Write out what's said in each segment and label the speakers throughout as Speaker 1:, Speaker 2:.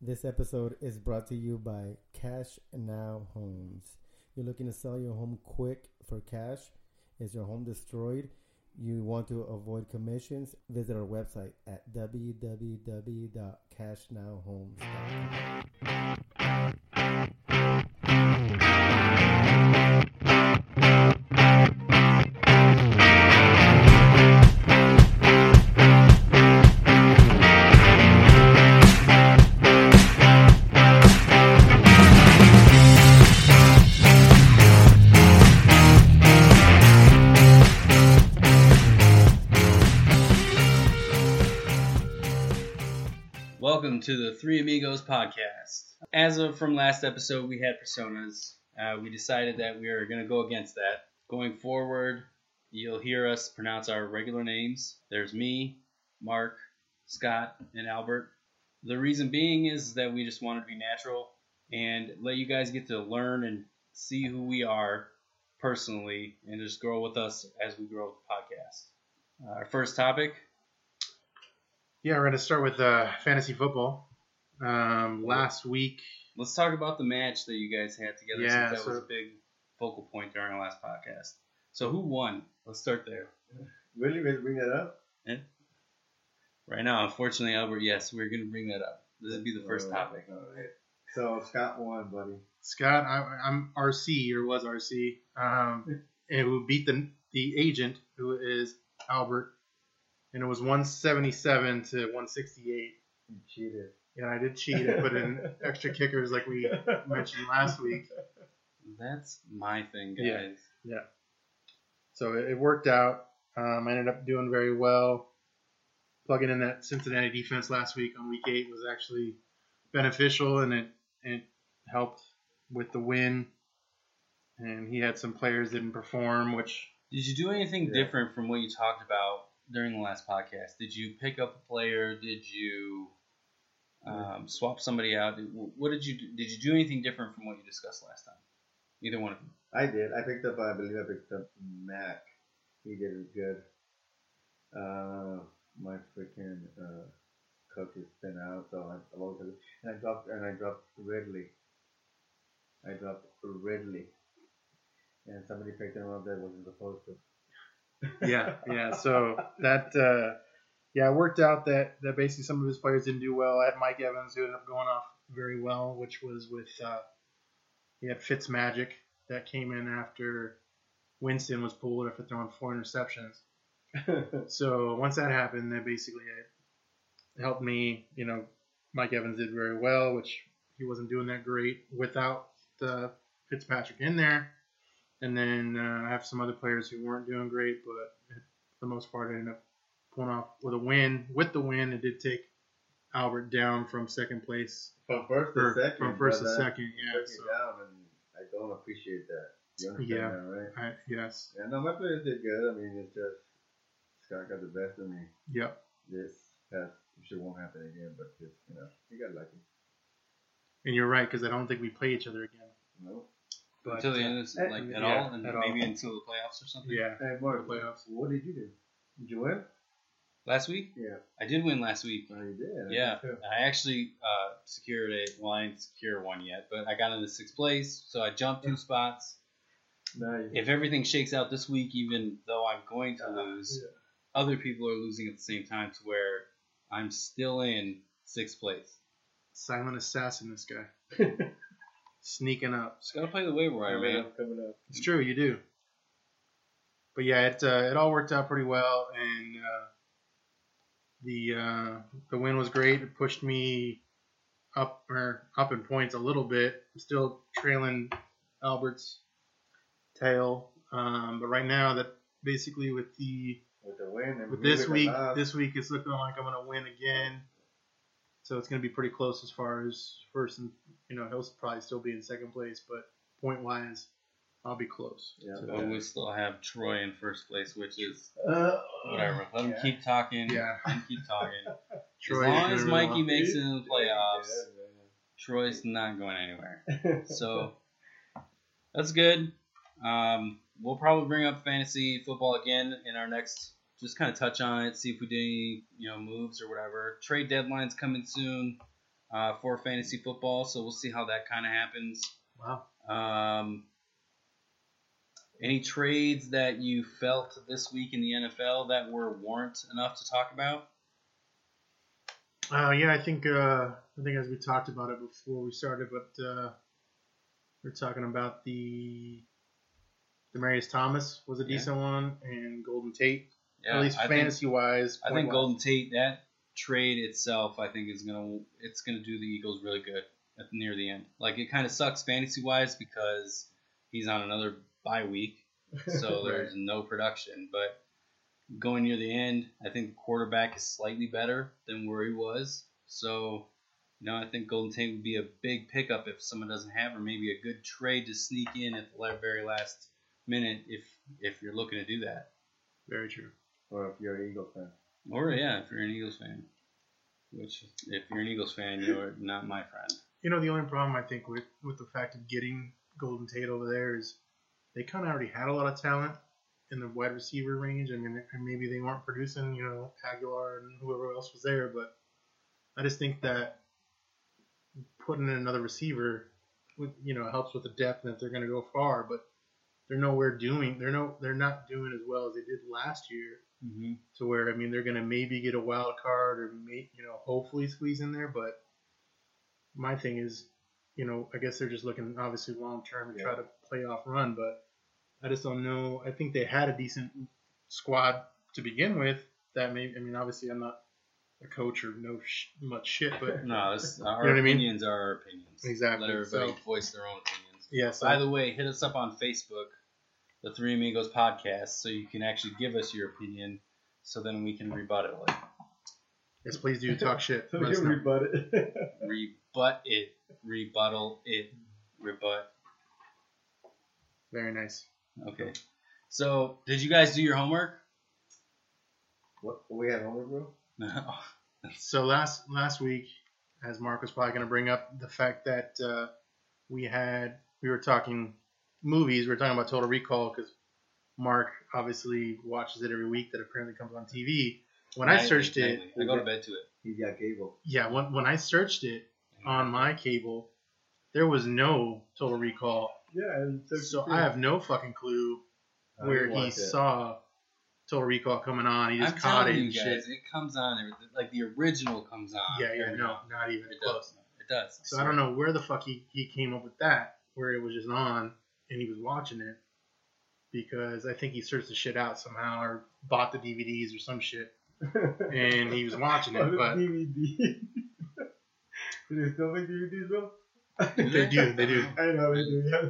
Speaker 1: This episode is brought to you by Cash Now Homes. You're looking to sell your home quick for cash? Is your home destroyed? You want to avoid commissions? Visit our website at www.cashnowhomes.com.
Speaker 2: Welcome to the Three Amigos podcast. As of from last episode, we had personas. Uh, we decided that we are going to go against that. Going forward, you'll hear us pronounce our regular names. There's me, Mark, Scott, and Albert. The reason being is that we just wanted to be natural and let you guys get to learn and see who we are personally and just grow with us as we grow with the podcast. Uh, our first topic
Speaker 3: Yeah, we're going to start with uh, fantasy football. Um, last week,
Speaker 2: Let's talk about the match that you guys had together.
Speaker 3: Yeah,
Speaker 2: since that was
Speaker 3: so-
Speaker 2: a big focal point during our last podcast. So who won? Let's start there.
Speaker 4: Really, really bring that up?
Speaker 2: Right now, unfortunately, Albert, yes, we're going to bring that up. This would be the first
Speaker 4: All right,
Speaker 2: topic.
Speaker 4: all right. So Scott won, buddy.
Speaker 3: Scott, I, I'm RC or was RC, um, and who beat the the agent who is Albert, and it was 177 to 168.
Speaker 4: You cheated.
Speaker 3: And I did cheat and put in extra kickers like we mentioned last week.
Speaker 2: That's my thing, guys.
Speaker 3: Yeah. So it, it worked out. Um, I ended up doing very well. Plugging in that Cincinnati defense last week on week eight was actually beneficial, and it it helped with the win. And he had some players didn't perform, which
Speaker 2: Did you do anything
Speaker 4: Yeah.
Speaker 2: different from what you talked about during the last podcast? Did you pick up a player? Did you um, swap somebody out? Did- What did you do? Did you do anything different from what you discussed last time? Either one of you.
Speaker 4: I did. I picked up. I believe I picked up Mac. He did good. Uh, my freaking uh, cook has been out, so I I lost it. And I dropped. And I dropped Ridley. I dropped Ridley. And somebody picked him up that wasn't supposed to.
Speaker 3: yeah, yeah. So that, uh, yeah, it worked out that, that basically some of his players didn't do well. I had Mike Evans who ended up going off very well, which was with uh, he had Fitz Magic that came in after Winston was pulled after throwing four interceptions. so once that happened, that basically it helped me. You know, Mike Evans did very well, which he wasn't doing that great without uh, Fitzpatrick in there. And then uh, I have some other players who weren't doing great, but for the most part, I ended up pulling off with a win. With the win, it did take Albert down from second place,
Speaker 4: From first
Speaker 3: or
Speaker 4: to second.
Speaker 3: from first to
Speaker 4: brother.
Speaker 3: second.
Speaker 4: Took
Speaker 3: Yeah,
Speaker 4: me
Speaker 3: so,
Speaker 4: down, and I don't appreciate that. You understand
Speaker 3: Yeah.
Speaker 4: that, right?
Speaker 3: I, yes,
Speaker 4: Yeah, no, my players did good. I mean, it's just Scott got the best of me.
Speaker 3: yep,
Speaker 4: This has, I'm sure won't happen again, but just, you know, he got lucky.
Speaker 3: and you're right because I don't think we play each other again.
Speaker 4: No.
Speaker 3: But,
Speaker 2: until the
Speaker 3: uh,
Speaker 2: end of this,
Speaker 4: eh,
Speaker 2: like at
Speaker 3: yeah,
Speaker 2: all, and
Speaker 3: at all.
Speaker 2: maybe until the playoffs or something.
Speaker 3: yeah,
Speaker 4: Hey, Mark,
Speaker 3: The playoffs.
Speaker 4: what did you do? Did you win?
Speaker 2: Last week,
Speaker 4: Yeah.
Speaker 2: I did win last week.
Speaker 4: Oh, you did. I
Speaker 2: Yeah,
Speaker 4: think so.
Speaker 2: I actually uh, secured a. Well, I didn't secure one yet, but I got into sixth place, so I jumped two spots.
Speaker 4: Nice.
Speaker 2: If everything shakes out this week, even though I'm going to lose,
Speaker 4: yeah.
Speaker 2: other people are losing at the same time, to where I'm still in sixth place.
Speaker 3: silent assassin, this guy sneaking up.
Speaker 2: Just gotta play the waiver wire,
Speaker 4: coming
Speaker 2: man.
Speaker 4: up, coming up.
Speaker 3: It's true, you do. But yeah, it uh, it all worked out pretty well, and uh, the uh, the win was great. It pushed me up or up in points a little bit. I'm still trailing Albert's tail, um, but right now that basically with the
Speaker 4: With the win and
Speaker 3: with
Speaker 4: we
Speaker 3: this
Speaker 4: with the
Speaker 3: week
Speaker 4: loss,
Speaker 3: this week it's looking like I'm gonna win again. So it's gonna be pretty close as far as first and you know he'll probably still be in second place, but point wise, I'll be close.
Speaker 4: Yeah.
Speaker 3: So-
Speaker 2: But we still have Troy in first place, which is
Speaker 4: Uh,
Speaker 2: whatever. Let him
Speaker 4: Yeah.
Speaker 2: keep talking.
Speaker 3: Yeah.
Speaker 2: Let him keep talking.
Speaker 3: Troy
Speaker 2: as
Speaker 3: is
Speaker 2: long
Speaker 3: doing
Speaker 2: as
Speaker 3: really
Speaker 2: Mikey
Speaker 3: well.
Speaker 2: makes it in the playoffs,
Speaker 4: Yeah,
Speaker 2: Troy's not going anywhere.
Speaker 4: yeah.
Speaker 2: So that's good. Um, we'll probably bring up fantasy football again in our next. Just kind of touch on it, see if we did any you know moves or whatever. Trade deadline's coming soon. uh, for fantasy football. So we'll see how that kind of happens.
Speaker 3: Wow.
Speaker 2: Um, any trades that you felt this week in the NFL that were warrant enough to talk about?
Speaker 3: Uh, yeah, I think uh, I think as we talked about it before we started, but uh, we are talking about the Demarius Thomas was a
Speaker 2: Yeah.
Speaker 3: decent one, and Golden Tate
Speaker 2: Yeah,
Speaker 3: at least
Speaker 2: I think,
Speaker 3: fantasy wise.
Speaker 2: I think Golden Tate that trade itself, I think is gonna it's gonna do the Eagles really good at near the end. Like it kind of sucks fantasy wise because he's on another bye week, so
Speaker 3: Right.
Speaker 2: there's no production. But going near the end, I think the quarterback is slightly better than where he was. So, you know, I think Golden Tate would be a big pickup if someone doesn't have, or maybe a good trade to sneak in at the la- very last minute if if you're looking to do that.
Speaker 3: Very true.
Speaker 4: Or if you're an Eagle fan.
Speaker 2: Or yeah, if you're an Eagles fan. Which, if you're an Eagles fan, you're not my friend.
Speaker 3: You know, the only problem I think with with the fact of getting Golden Tate over there is they kind of already had a lot of talent in the wide receiver range. I mean, and maybe they weren't producing, you know, Aguilar and whoever else was there, but I just think that putting in another receiver, with, you know, helps with the depth and if they're going to go far, but they're nowhere doing. They're no, they're not doing as well as they did last year.
Speaker 2: Mm-hmm.
Speaker 3: to where I mean they're going to maybe get a wild card or may, you know hopefully squeeze in there. But my thing is, you know, I guess they're just looking obviously long term to try to playoff run. But I just don't know. I think they had a decent squad to begin with. That may I mean obviously I'm not a coach or know sh- much shit, but
Speaker 2: No, it's, our
Speaker 3: You know what I mean?
Speaker 2: opinions are our opinions.
Speaker 3: Exactly,
Speaker 2: Let everybody
Speaker 3: so-
Speaker 2: voice their own opinions.
Speaker 3: yeah. So
Speaker 2: By the way, hit us up on Facebook, the Three Amigos Podcast, so you can actually give us your opinion, so then we can rebuttal it.
Speaker 3: yes, please do talk shit.
Speaker 4: So
Speaker 3: Let us
Speaker 4: you
Speaker 3: know.
Speaker 4: rebut it.
Speaker 2: Rebut it. Rebuttal it. Rebut.
Speaker 3: Very nice.
Speaker 2: Okay. So, did you guys do your homework?
Speaker 4: what, we had homework, bro?
Speaker 2: No.
Speaker 3: So last last week, as Mark was probably going to bring up the fact that uh, we had we were talking movies. We were talking about Total Recall because Mark obviously watches it every week. That apparently comes on TV. When I
Speaker 2: Nightly,
Speaker 3: searched it,
Speaker 2: nightly. I go to bed to it.
Speaker 4: He's got Gable.
Speaker 3: yeah, when when I searched it on my cable, there was no Total Recall.
Speaker 4: Yeah, and
Speaker 3: So I have no fucking clue where he saw Total Recall coming on. He just
Speaker 2: I'm
Speaker 3: caught it
Speaker 2: telling you
Speaker 3: and shit.
Speaker 2: guys, it comes on every, like the original comes on.
Speaker 3: Yeah, yeah,
Speaker 2: every
Speaker 3: no,
Speaker 2: now
Speaker 3: not even
Speaker 2: and then. it
Speaker 3: close.
Speaker 2: does. It does.
Speaker 3: So I don't know where the fuck he, he came up with that, where it was just on and he was watching it, because I think he searched the shit out somehow or bought the DVDs or some shit and he was watching it. But
Speaker 4: DVD. Do they still make DVDs, bro?
Speaker 3: they do, they do.
Speaker 4: I know they do. Yeah.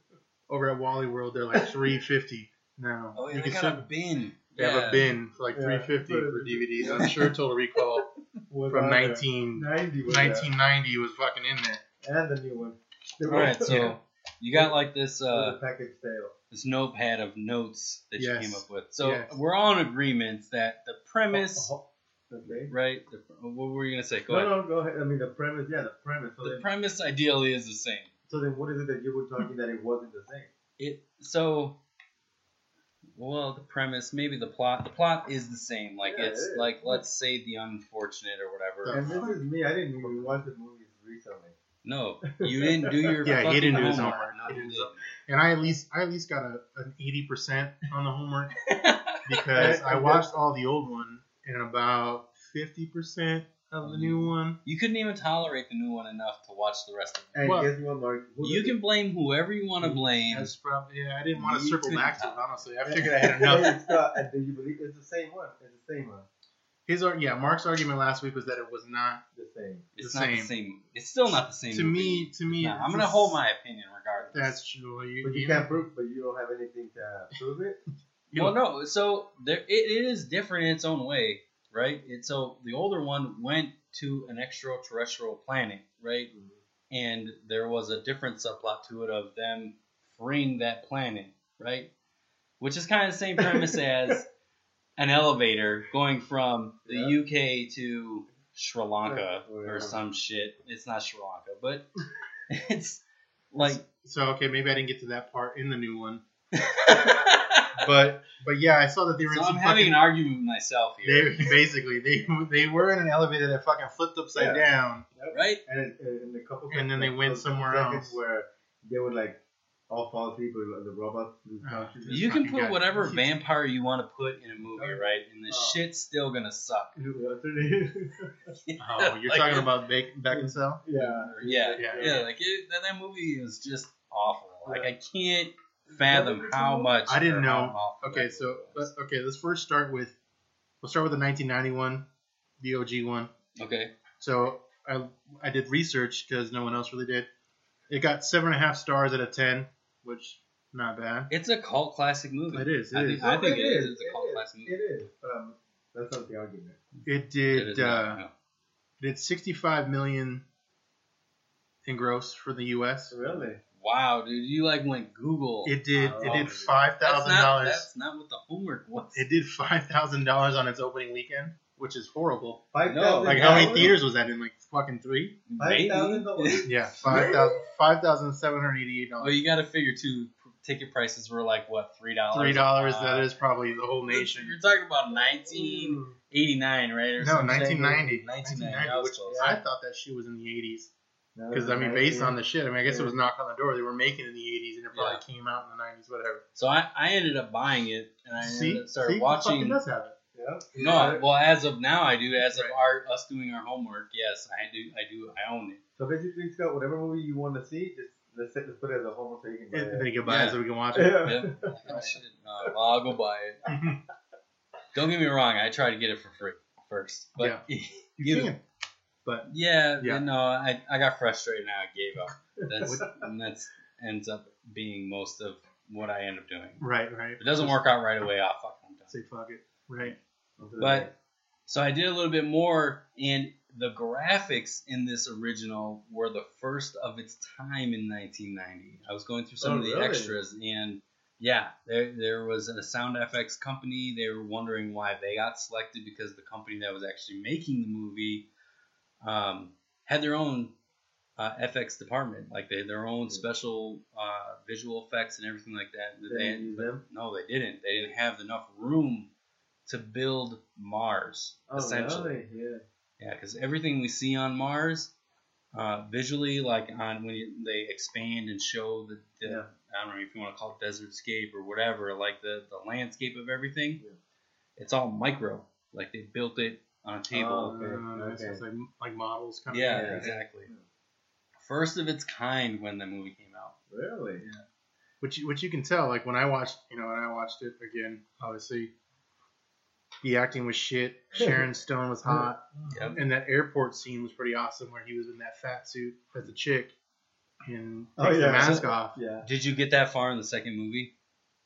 Speaker 3: Over at Wally World, they're like three fifty now.
Speaker 2: Oh, yeah, they
Speaker 3: You can
Speaker 2: got
Speaker 3: still-
Speaker 2: a bin.
Speaker 3: they have a bin for like
Speaker 4: Yeah.
Speaker 3: three fifty for DVDs. I'm sure Total Recall
Speaker 4: Was
Speaker 3: from
Speaker 4: on there.
Speaker 3: 19,
Speaker 4: 90 was
Speaker 3: 1990 was fucking in there.
Speaker 4: there. and the new one. They
Speaker 2: All
Speaker 4: were-
Speaker 2: right, so
Speaker 4: Yeah.
Speaker 2: you got like this
Speaker 4: It
Speaker 2: uh,
Speaker 4: was a package sale.
Speaker 2: this notepad of notes that
Speaker 3: Yes.
Speaker 2: you came up with. So
Speaker 3: Yes. Oh,
Speaker 2: we're all in agreement that the premise,
Speaker 4: Oh, Okay.
Speaker 2: right? The, what were you gonna say? Go
Speaker 4: No,
Speaker 2: ahead.
Speaker 4: no, go ahead. I mean, the premise, yeah, the premise. So,
Speaker 2: The
Speaker 4: then,
Speaker 2: premise ideally is the same.
Speaker 4: so then, what is it that you were talking that it wasn't the same?
Speaker 2: It so. Well, the premise, maybe the plot. The plot is the same. Like
Speaker 4: Yeah,
Speaker 2: it's
Speaker 4: it is.
Speaker 2: like let's say the unfortunate or whatever.
Speaker 4: And this is me. I didn't even watch the movies recently.
Speaker 2: No, you didn't do your.
Speaker 3: Yeah, he
Speaker 2: fucking
Speaker 3: didn't do his
Speaker 2: homework.
Speaker 3: homework.
Speaker 2: No,
Speaker 3: He
Speaker 2: you
Speaker 3: didn't do
Speaker 2: didn't.
Speaker 3: And I at least I at least got a, an eighty percent on the homework because I watched all the old one and about fifty percent of the
Speaker 4: Mm.
Speaker 3: new one.
Speaker 2: You couldn't even tolerate the new one enough to watch the rest of it.
Speaker 4: And
Speaker 3: Well,
Speaker 4: guess what, Mark? Who
Speaker 2: You
Speaker 4: did
Speaker 2: can blame whoever you want to blame.
Speaker 3: That's probably yeah. I didn't want to
Speaker 2: You
Speaker 3: circle
Speaker 2: couldn't
Speaker 3: back to it
Speaker 2: top
Speaker 3: honestly. I
Speaker 4: it?
Speaker 3: figured I had enough.
Speaker 4: It's not- and do you believe it's the same one? It's the same one.
Speaker 3: His ar- yeah, Mark's argument last week was that it was not
Speaker 4: The same.
Speaker 2: It's
Speaker 3: the
Speaker 2: not the
Speaker 3: same.
Speaker 2: same. It's still not the same.
Speaker 3: to me. To me,
Speaker 2: opinion. No, I'm
Speaker 3: it's-
Speaker 2: gonna hold my opinion regardless.
Speaker 3: That's true. You,
Speaker 4: But you
Speaker 3: you-
Speaker 4: can't prove. But you don't have anything to prove it.
Speaker 3: you-
Speaker 2: well, no. So there, it, it is different in its own way, right? It, so the older one went to an extraterrestrial planet, right? and there was a different subplot to it of them freeing that planet, right? Which is kind of the same premise as an elevator going from the
Speaker 4: Yeah. Oh,
Speaker 2: UK to Sri Lanka or
Speaker 4: Yeah.
Speaker 2: some shit. It's not Sri Lanka, but it's like
Speaker 3: so okay, maybe I didn't get to that part in the new one. But but yeah, I saw that they were
Speaker 2: so
Speaker 3: in
Speaker 2: I'm
Speaker 3: some
Speaker 2: having
Speaker 3: fucking.
Speaker 2: an argument with myself here,
Speaker 3: They basically they they were in an elevator that fucking flipped upside
Speaker 4: Yeah.
Speaker 3: down.
Speaker 2: right?
Speaker 4: And, and a couple.
Speaker 3: And then they went somewhere
Speaker 4: seconds
Speaker 3: else.
Speaker 4: Where they would like all fall asleep with the robots. lose
Speaker 3: Oh,
Speaker 4: consciousness.
Speaker 2: You can
Speaker 3: fucking
Speaker 2: put
Speaker 3: guy.
Speaker 2: whatever vampire you want to put in a movie, right? And the
Speaker 4: Oh.
Speaker 2: shit's still gonna suck.
Speaker 3: Oh, you're
Speaker 2: Like-
Speaker 3: talking about Beck Beckinsale?
Speaker 4: yeah.
Speaker 2: Yeah, yeah,
Speaker 3: Yeah,
Speaker 2: Like it, that, that movie is just awful. Like
Speaker 4: Yeah.
Speaker 2: I can't fathom how much.
Speaker 3: I didn't
Speaker 2: or how
Speaker 3: know.
Speaker 2: awful
Speaker 3: Okay,
Speaker 2: that
Speaker 3: so
Speaker 2: movie
Speaker 3: let,
Speaker 2: was.
Speaker 3: okay, let's first start with we'll start with the 1991, the OG one.
Speaker 2: okay,
Speaker 3: So I I did research because no one else really did. It got seven and a half stars out of ten, which not bad.
Speaker 2: it's a cult classic movie.
Speaker 3: It is. It
Speaker 2: I
Speaker 3: is.
Speaker 2: think, I think it is. It's
Speaker 4: It
Speaker 2: a cult
Speaker 4: is.
Speaker 2: classic movie.
Speaker 4: It is. But, um, that's not the argument.
Speaker 3: It
Speaker 2: It
Speaker 3: did.
Speaker 2: is
Speaker 3: uh,
Speaker 2: not, no.
Speaker 3: did 65 million in gross for the U.S.
Speaker 4: Really?
Speaker 2: Wow, dude, you like went Google.
Speaker 3: It did.
Speaker 2: Oh,
Speaker 3: It did
Speaker 2: dude.
Speaker 3: five
Speaker 2: That's
Speaker 3: thousand
Speaker 2: not-
Speaker 3: dollars.
Speaker 2: That's not what the homework was.
Speaker 3: It did five thousand dollars on its opening weekend, which is horrible.
Speaker 4: Five
Speaker 2: No,
Speaker 4: thousand
Speaker 3: Like how many
Speaker 4: dollars?
Speaker 3: theaters was that in? Like fucking three.
Speaker 4: Five thousand
Speaker 2: Maybe.
Speaker 4: dollars.
Speaker 3: Yeah, five thousand five thousand seven hundred eighty-eight
Speaker 2: Well,
Speaker 3: dollars.
Speaker 2: you got to figure too. p- Ticket prices were like what three dollars? Uh,
Speaker 3: Three dollars. That is probably the whole
Speaker 2: Oh, You're
Speaker 3: nation.
Speaker 2: talking about nineteen
Speaker 4: Mm.
Speaker 2: eighty nine, right? Or
Speaker 3: No,
Speaker 2: some shit.
Speaker 3: 1990.
Speaker 2: 1990. that was
Speaker 3: which
Speaker 2: close.
Speaker 3: I thought that shit was in the eighties. Because I mean, based on the shit, I mean, I guess it was Knock on the Door they were making in the '80s, and it probably came out in the '90s, whatever.
Speaker 2: So I, I ended up buying it, and I
Speaker 3: see,
Speaker 2: ended up started
Speaker 3: see, it fucking
Speaker 2: watching.
Speaker 3: does have it.
Speaker 4: Yeah.
Speaker 2: No, I- well, as of now, I do. As of
Speaker 3: Right.
Speaker 2: our us doing our homework, yes, I do. I do. I own it.
Speaker 4: So basically, it's got whatever movie you want to see. Just let's let's put it as a homework so you can.
Speaker 3: And
Speaker 4: buy
Speaker 3: then
Speaker 4: it.
Speaker 3: you can buy it so we can watch it.
Speaker 4: Yeah.
Speaker 2: Yep. I should, uh, well, I'll go buy it. Don't get me wrong. I tried to get it for free first, but yeah,
Speaker 3: You
Speaker 2: Either-
Speaker 3: can. But Yeah.
Speaker 2: no, I, I got frustrated and I gave up. That's and that's ends up being most of what I end up doing.
Speaker 3: right, right.
Speaker 2: If it doesn't work out right away, I'll fucking I'm done.
Speaker 3: Say fuck it. Right.
Speaker 2: But so I did a little bit more, and the graphics in this original were the first of its time in 1990. I was going through some
Speaker 4: Oh,
Speaker 2: of the
Speaker 4: really?
Speaker 2: extras, and yeah, there, there was a sound FX company. They were wondering why they got selected because the company that was actually making the movie um, had their own uh, FX department, like they had their own
Speaker 4: Hmm.
Speaker 2: special uh, visual effects and everything like that. that
Speaker 4: They didn't use them?
Speaker 2: No, they didn't. They didn't have enough room to build Mars,
Speaker 4: oh,
Speaker 2: essentially.
Speaker 4: Really? Yeah.
Speaker 2: Yeah, because everything we see on Mars, uh, visually, like on when you, they expand and show the, the
Speaker 4: Yeah.
Speaker 2: I don't know if you want to call it desert scape or whatever, like the, the landscape of everything,
Speaker 4: Yeah.
Speaker 2: it's all micro. Like they built it on a table.
Speaker 4: Okay,
Speaker 3: Uh,
Speaker 4: okay.
Speaker 3: so it's like, like models kind
Speaker 2: yeah,
Speaker 3: of.
Speaker 4: yeah.
Speaker 2: exactly.
Speaker 4: Oh, Yeah.
Speaker 2: First of its kind when the movie came out.
Speaker 4: Really?
Speaker 3: Which you- which you can tell, like when I watched, you know, when I watched it again, obviously, the acting was shit. Sharon Stone was hot.
Speaker 2: Yep.
Speaker 3: And that airport scene was pretty awesome where he was in that fat suit as a chick and
Speaker 4: Oh,
Speaker 3: takes
Speaker 4: yeah.
Speaker 3: the mask off.
Speaker 4: Yeah.
Speaker 2: Did you get that far in the second movie?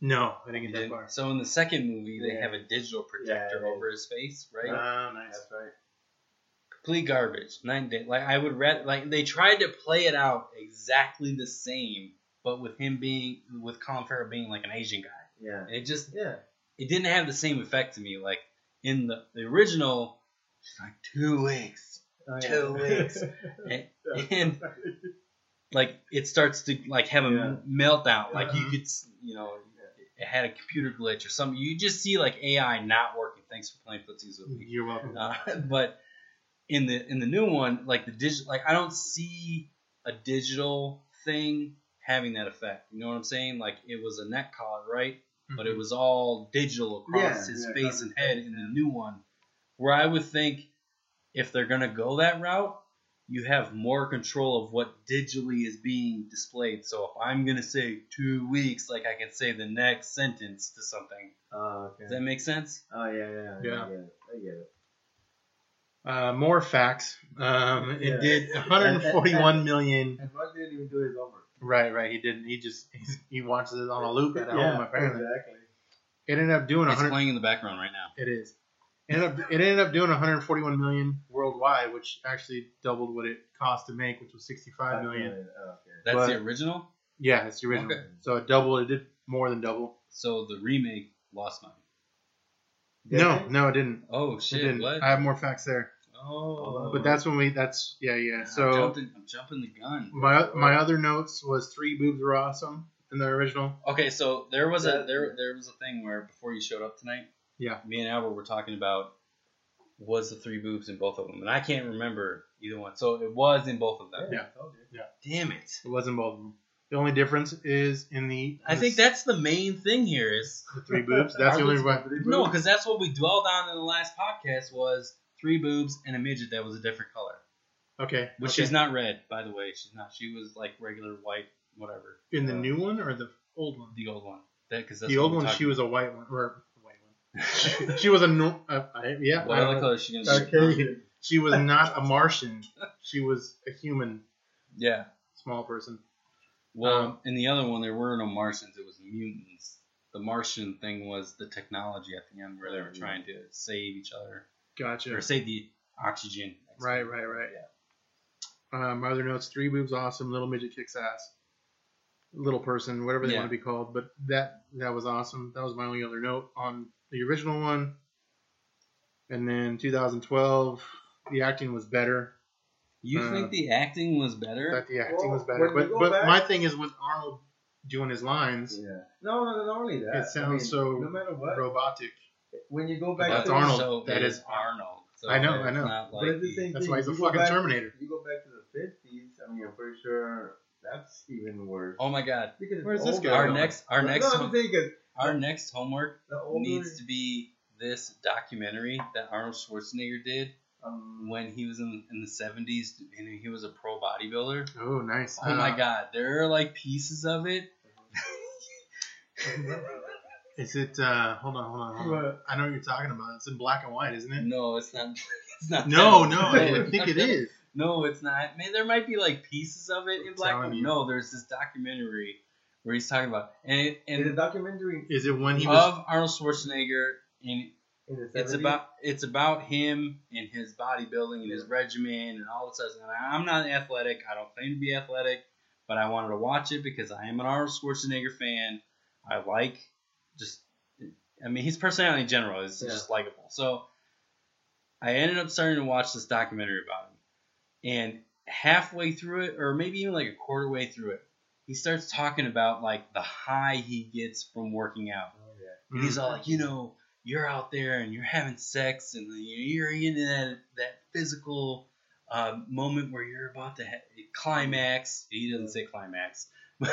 Speaker 3: No, I didn't
Speaker 2: You
Speaker 3: get that
Speaker 2: didn't?
Speaker 3: far.
Speaker 2: So in the second movie, they
Speaker 4: Yeah.
Speaker 2: have
Speaker 4: Uh-huh.
Speaker 2: a digital projector
Speaker 4: Yeah, yeah.
Speaker 2: over his face, right?
Speaker 4: Ah,
Speaker 3: Oh, nice.
Speaker 4: That's right.
Speaker 2: complete garbage. Nine day, like I would read, like they tried to play it out exactly the same, but with him being with Colin Farrell being like an Asian guy,
Speaker 4: Yeah.
Speaker 2: it just
Speaker 4: Yeah.
Speaker 2: it didn't have the same effect to me. Like in the, the original, it's like two weeks,
Speaker 4: Oh, yeah.
Speaker 2: Two weeks. and, and like it starts to like have a
Speaker 4: Yeah. Uh-huh.
Speaker 2: meltdown. Like you
Speaker 3: Mhm.
Speaker 2: could, s- you know, it had a computer glitch or something. You just see like AI not working. Thanks for playing footsies with me.
Speaker 3: You're welcome.
Speaker 2: Uh, but in the in the new one, like the digital, like I don't see a digital thing having that effect. You know what I'm saying? Like it was a neck collar, right? But it was all digital across
Speaker 4: Mm-hmm. Yeah,
Speaker 2: his
Speaker 4: yeah,
Speaker 2: face and
Speaker 4: covered,
Speaker 2: head in the new one. Where I would think if they're gonna go that route, you have more control of what digitally is being displayed. So if I'm gonna say two weeks, like I can say the next sentence to something.
Speaker 4: Oh,
Speaker 2: Does
Speaker 4: okay.
Speaker 2: that make sense?
Speaker 4: Oh, yeah, yeah.
Speaker 3: Yeah.
Speaker 4: I get it. I get it.
Speaker 3: Uh, more facts. Um, it
Speaker 4: Yeah.
Speaker 3: did 141 million.
Speaker 4: And Roger didn't even do his homework.
Speaker 3: Right, right. He didn't. He just he watches it on a loop at
Speaker 4: yeah,
Speaker 3: home. Apparently,
Speaker 4: Exactly.
Speaker 3: it ended up doing
Speaker 2: It's
Speaker 3: 100.
Speaker 2: playing in the background right now.
Speaker 3: It is. It ended, up, it ended up doing 141 million worldwide, which actually doubled what it cost to make, which was 65 million.
Speaker 4: Oh, okay.
Speaker 2: That's the
Speaker 3: But-
Speaker 2: original.
Speaker 3: Yeah, it's the original.
Speaker 2: Okay.
Speaker 3: So it doubled. It did more than double.
Speaker 2: So the remake lost money.
Speaker 4: Did
Speaker 3: no,
Speaker 4: they?
Speaker 3: no, it didn't.
Speaker 2: Oh
Speaker 3: It
Speaker 2: shit!
Speaker 3: didn't.
Speaker 2: What?
Speaker 3: I have more facts there.
Speaker 2: oh,
Speaker 3: But that's when we. That's yeah, yeah.
Speaker 2: I'm
Speaker 3: So
Speaker 2: jumping, I'm jumping the gun.
Speaker 3: my my other notes was three boobs were awesome. in the original.
Speaker 2: Okay, so there was a
Speaker 4: That-
Speaker 2: there there was a thing where before you showed up tonight,
Speaker 3: Yeah.
Speaker 2: me and Albert were talking about was the three boobs in both of them, and I can't remember either one. So it was in both of them.
Speaker 3: Yeah.
Speaker 4: I told you.
Speaker 2: Damn it!
Speaker 3: It wasn't both of them. The only difference is in the.
Speaker 2: I think that's the main thing here is
Speaker 3: the three boobs. That's the
Speaker 2: Are
Speaker 3: only
Speaker 2: those-
Speaker 3: one.
Speaker 2: no, because that's what we dwelled on in the last podcast was three boobs and a midget that was a different color,
Speaker 3: Okay.
Speaker 2: which
Speaker 3: okay.
Speaker 2: she's not red, by the way. She's not. She was like regular white, whatever. Uh,
Speaker 3: in the new one or the old one.
Speaker 2: The old one. That because
Speaker 3: The old one, she was a white one or white one. She was a no, uh, I, yeah.
Speaker 2: what
Speaker 3: I
Speaker 2: other
Speaker 3: don't know.
Speaker 2: color is she gonna be?
Speaker 4: Caucasian.
Speaker 3: She was not a Martian. She was a human,
Speaker 2: Yeah.
Speaker 3: small person.
Speaker 2: Well,
Speaker 3: Um,
Speaker 2: in the other one, there were no Martians; it was mutants. The Martian thing was the technology at the end, where they were
Speaker 3: Mm.
Speaker 4: Mhm.
Speaker 2: trying to save each other
Speaker 3: Gotcha.
Speaker 2: or save the oxygen.
Speaker 3: Right, right, right. Um, my other notes: three boobs, awesome. Little midget kicks ass. Little person, whatever they
Speaker 2: Yeah.
Speaker 3: want to be called, but that that was awesome. That was my only other note on the original one. And then 2012, the acting was better.
Speaker 2: You
Speaker 3: Uh,
Speaker 2: think the acting was
Speaker 3: I
Speaker 2: better?
Speaker 3: thought the acting was
Speaker 4: Well,
Speaker 3: better,
Speaker 4: when
Speaker 3: but
Speaker 4: you go
Speaker 3: but
Speaker 4: back-
Speaker 3: my thing is with Arnold doing his lines,
Speaker 4: Yeah. No, no, not only that.
Speaker 3: It sounds so
Speaker 4: No matter what,
Speaker 3: robotic.
Speaker 4: when you go back,
Speaker 2: But
Speaker 3: that's
Speaker 4: to the-
Speaker 3: Arnold.
Speaker 2: So
Speaker 3: That
Speaker 2: it
Speaker 3: is-
Speaker 2: is Arnold. So
Speaker 3: I know,
Speaker 2: it's
Speaker 3: I know.
Speaker 2: not
Speaker 4: But
Speaker 2: like
Speaker 4: it's the
Speaker 2: the-
Speaker 4: same
Speaker 3: That's
Speaker 4: thing.
Speaker 3: why he's a
Speaker 4: You go
Speaker 3: fucking
Speaker 4: back-
Speaker 3: Terminator.
Speaker 4: You go back to the fifties. I mean, I'm pretty sure that's even worse.
Speaker 2: oh my God!
Speaker 4: Because it's
Speaker 3: Where's this
Speaker 4: older.
Speaker 3: guy?
Speaker 2: Our next, our
Speaker 4: No,
Speaker 2: next,
Speaker 4: No, I'm
Speaker 2: hom-
Speaker 4: saying 'cause
Speaker 2: our next homework
Speaker 4: the older
Speaker 2: needs to be this documentary that Arnold Schwarzenegger did
Speaker 4: um,
Speaker 2: when he was in, in the '70s and he was a pro bodybuilder.
Speaker 3: Oh, nice.
Speaker 2: Oh my
Speaker 3: Uh,
Speaker 2: God! There are like pieces of it
Speaker 3: Uh-huh. Is it? Uh, hold on, hold on, hold on.
Speaker 4: What?
Speaker 3: I know what you're talking about. It's in black and white, isn't it?
Speaker 2: No, it's not. It's not.
Speaker 3: No,
Speaker 2: that.
Speaker 3: no, I think it is.
Speaker 2: No, it's not. Man, there might be like pieces of it in
Speaker 3: I'm
Speaker 2: black.
Speaker 3: telling
Speaker 2: and
Speaker 3: you.
Speaker 2: No, there's this documentary where he's talking about and it,
Speaker 4: in the
Speaker 2: and
Speaker 4: documentary
Speaker 3: Is it when he was?
Speaker 2: of Arnold Schwarzenegger and
Speaker 4: in the 70s.
Speaker 2: it's about it's about him and his bodybuilding and his regimen and all this other stuff. And I'm not athletic. I don't claim to be athletic, but I wanted to watch it because I am an Arnold Schwarzenegger fan. I like just I mean his personality in general is
Speaker 4: Yeah.
Speaker 2: just likable. So I ended up starting to watch this documentary about him. And halfway through it, or maybe even like a quarter way through it, he starts talking about like the high he gets from working out.
Speaker 4: Oh, yeah.
Speaker 2: And he's all like, you know, you're out there and you're having sex and you're in that that physical uh, moment where you're about to ha- climax. He doesn't say climax, but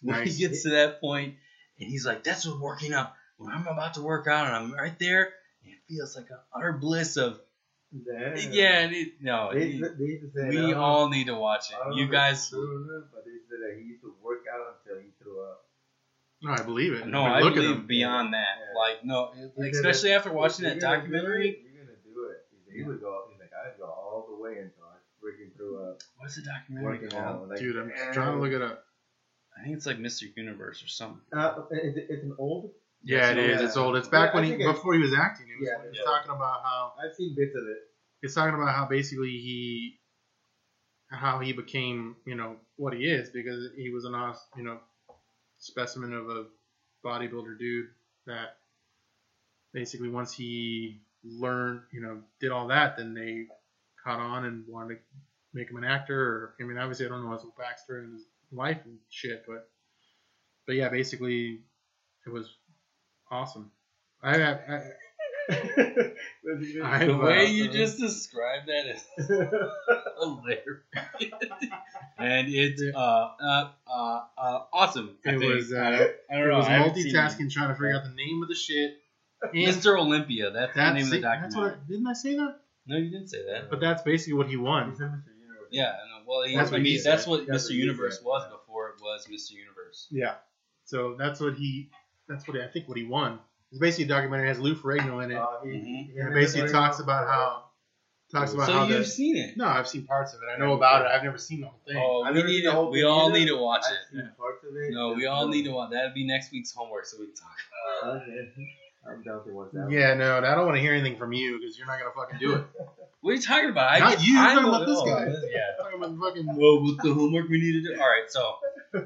Speaker 2: when
Speaker 3: Nice.
Speaker 2: he gets to that point, and he's like, "That's what working up. When I'm about to work out and I'm right there, it feels like an utter bliss of yeah."
Speaker 4: Damn.
Speaker 2: and it, no,
Speaker 4: They,
Speaker 2: he-
Speaker 4: they used to say, I
Speaker 2: we
Speaker 4: don't know-
Speaker 2: all need to watch
Speaker 4: I don't
Speaker 2: it.
Speaker 4: know
Speaker 2: You
Speaker 4: if it's
Speaker 2: guys,
Speaker 4: true or not, but they said that he used to work out until he threw up.
Speaker 3: no, I believe it.
Speaker 2: no,
Speaker 3: mean,
Speaker 2: I
Speaker 3: look at
Speaker 2: believe
Speaker 3: him.
Speaker 2: beyond that.
Speaker 4: Yeah.
Speaker 2: Like no,
Speaker 4: He did
Speaker 2: especially after watching
Speaker 4: If
Speaker 2: that
Speaker 4: you're gonna do
Speaker 2: documentary.
Speaker 4: it, You're gonna do it. He said, He would go. He's like, I'd go all the way until I freaking threw up.
Speaker 2: What's the documentary
Speaker 4: Working
Speaker 2: called?
Speaker 4: out. Like,
Speaker 3: Dude, I'm
Speaker 4: damn.
Speaker 3: trying to look it up.
Speaker 2: I think it's like Mr. Universe or something.
Speaker 4: Uh, it, it- it's an old.
Speaker 3: Yeah,
Speaker 2: it's an
Speaker 3: it is.
Speaker 2: old-
Speaker 4: yeah.
Speaker 3: It's old. It's back
Speaker 4: Yeah, I
Speaker 3: when he
Speaker 4: think it-
Speaker 3: before he was acting. It was
Speaker 4: Yeah,
Speaker 3: when he was
Speaker 2: yeah.
Speaker 3: talking about how
Speaker 4: I've seen bits of it.
Speaker 3: it's talking about how basically he how he became you know what he is because he was an awes- you know specimen of a bodybuilder dude that basically once he learned you know did all that then they caught on and wanted to make him an actor or i mean obviously i don't know his whole backstory and his life and shit but but yeah basically it was awesome i, I, I I-
Speaker 2: The
Speaker 3: Wow.
Speaker 2: way you just described that is hilarious. and it's uh, uh, uh, uh, awesome. I
Speaker 3: It
Speaker 2: think.
Speaker 3: was, uh,
Speaker 2: I don't, I don't
Speaker 3: It
Speaker 2: know.
Speaker 3: was
Speaker 2: I haven't seen
Speaker 3: multitasking, trying to figure out the name of the shit.
Speaker 2: it.
Speaker 3: And
Speaker 2: Mr. Olympia. That's, the
Speaker 3: that's,
Speaker 2: name of the
Speaker 3: it- that's
Speaker 2: documentary.
Speaker 3: what didn't I say that?
Speaker 2: No, you didn't say that.
Speaker 3: But that's basically what he
Speaker 4: He's
Speaker 3: won.
Speaker 4: in Mr. Universe.
Speaker 2: Yeah. No, well, he, that's
Speaker 3: That's what
Speaker 2: what,
Speaker 3: he
Speaker 2: that's
Speaker 4: said.
Speaker 2: what
Speaker 4: That's
Speaker 2: Mr.
Speaker 4: what he
Speaker 2: Universe
Speaker 4: said.
Speaker 2: was before it was Mr. Universe.
Speaker 3: Yeah. So that's what he. That's what I think. What he won. It's basically a documentary that has Lou Ferrigno in it.
Speaker 4: Uh, he,
Speaker 2: Mhm.
Speaker 4: he-
Speaker 3: and it basically
Speaker 4: he-
Speaker 3: talks about how talks about
Speaker 2: So
Speaker 3: how
Speaker 2: you've
Speaker 3: the.
Speaker 2: seen it.
Speaker 3: No, I've seen parts of it. I know about it. I've never seen the whole thing.
Speaker 2: Oh,
Speaker 4: I've
Speaker 2: we
Speaker 4: never
Speaker 2: need
Speaker 4: seen the
Speaker 2: to,
Speaker 4: whole
Speaker 2: we
Speaker 4: thing
Speaker 2: all
Speaker 4: either.
Speaker 2: need to watch
Speaker 4: I've
Speaker 2: it.
Speaker 4: seen parts of it.
Speaker 2: No, we all need to watch. That'd be next week's homework, so we can talk.
Speaker 4: Okay. I'm down to watch that. one.
Speaker 3: Yeah, no, I don't want to hear anything from you because you're not gonna fucking do it.
Speaker 2: What are you talking about? I
Speaker 3: Not
Speaker 2: get-
Speaker 3: you, you're
Speaker 2: I'm
Speaker 3: talking
Speaker 2: the-
Speaker 3: about this
Speaker 2: oh,
Speaker 3: guy.
Speaker 2: this- Yeah.
Speaker 3: I'm talking about fucking.
Speaker 2: Well, with the homework we need to do. All right, so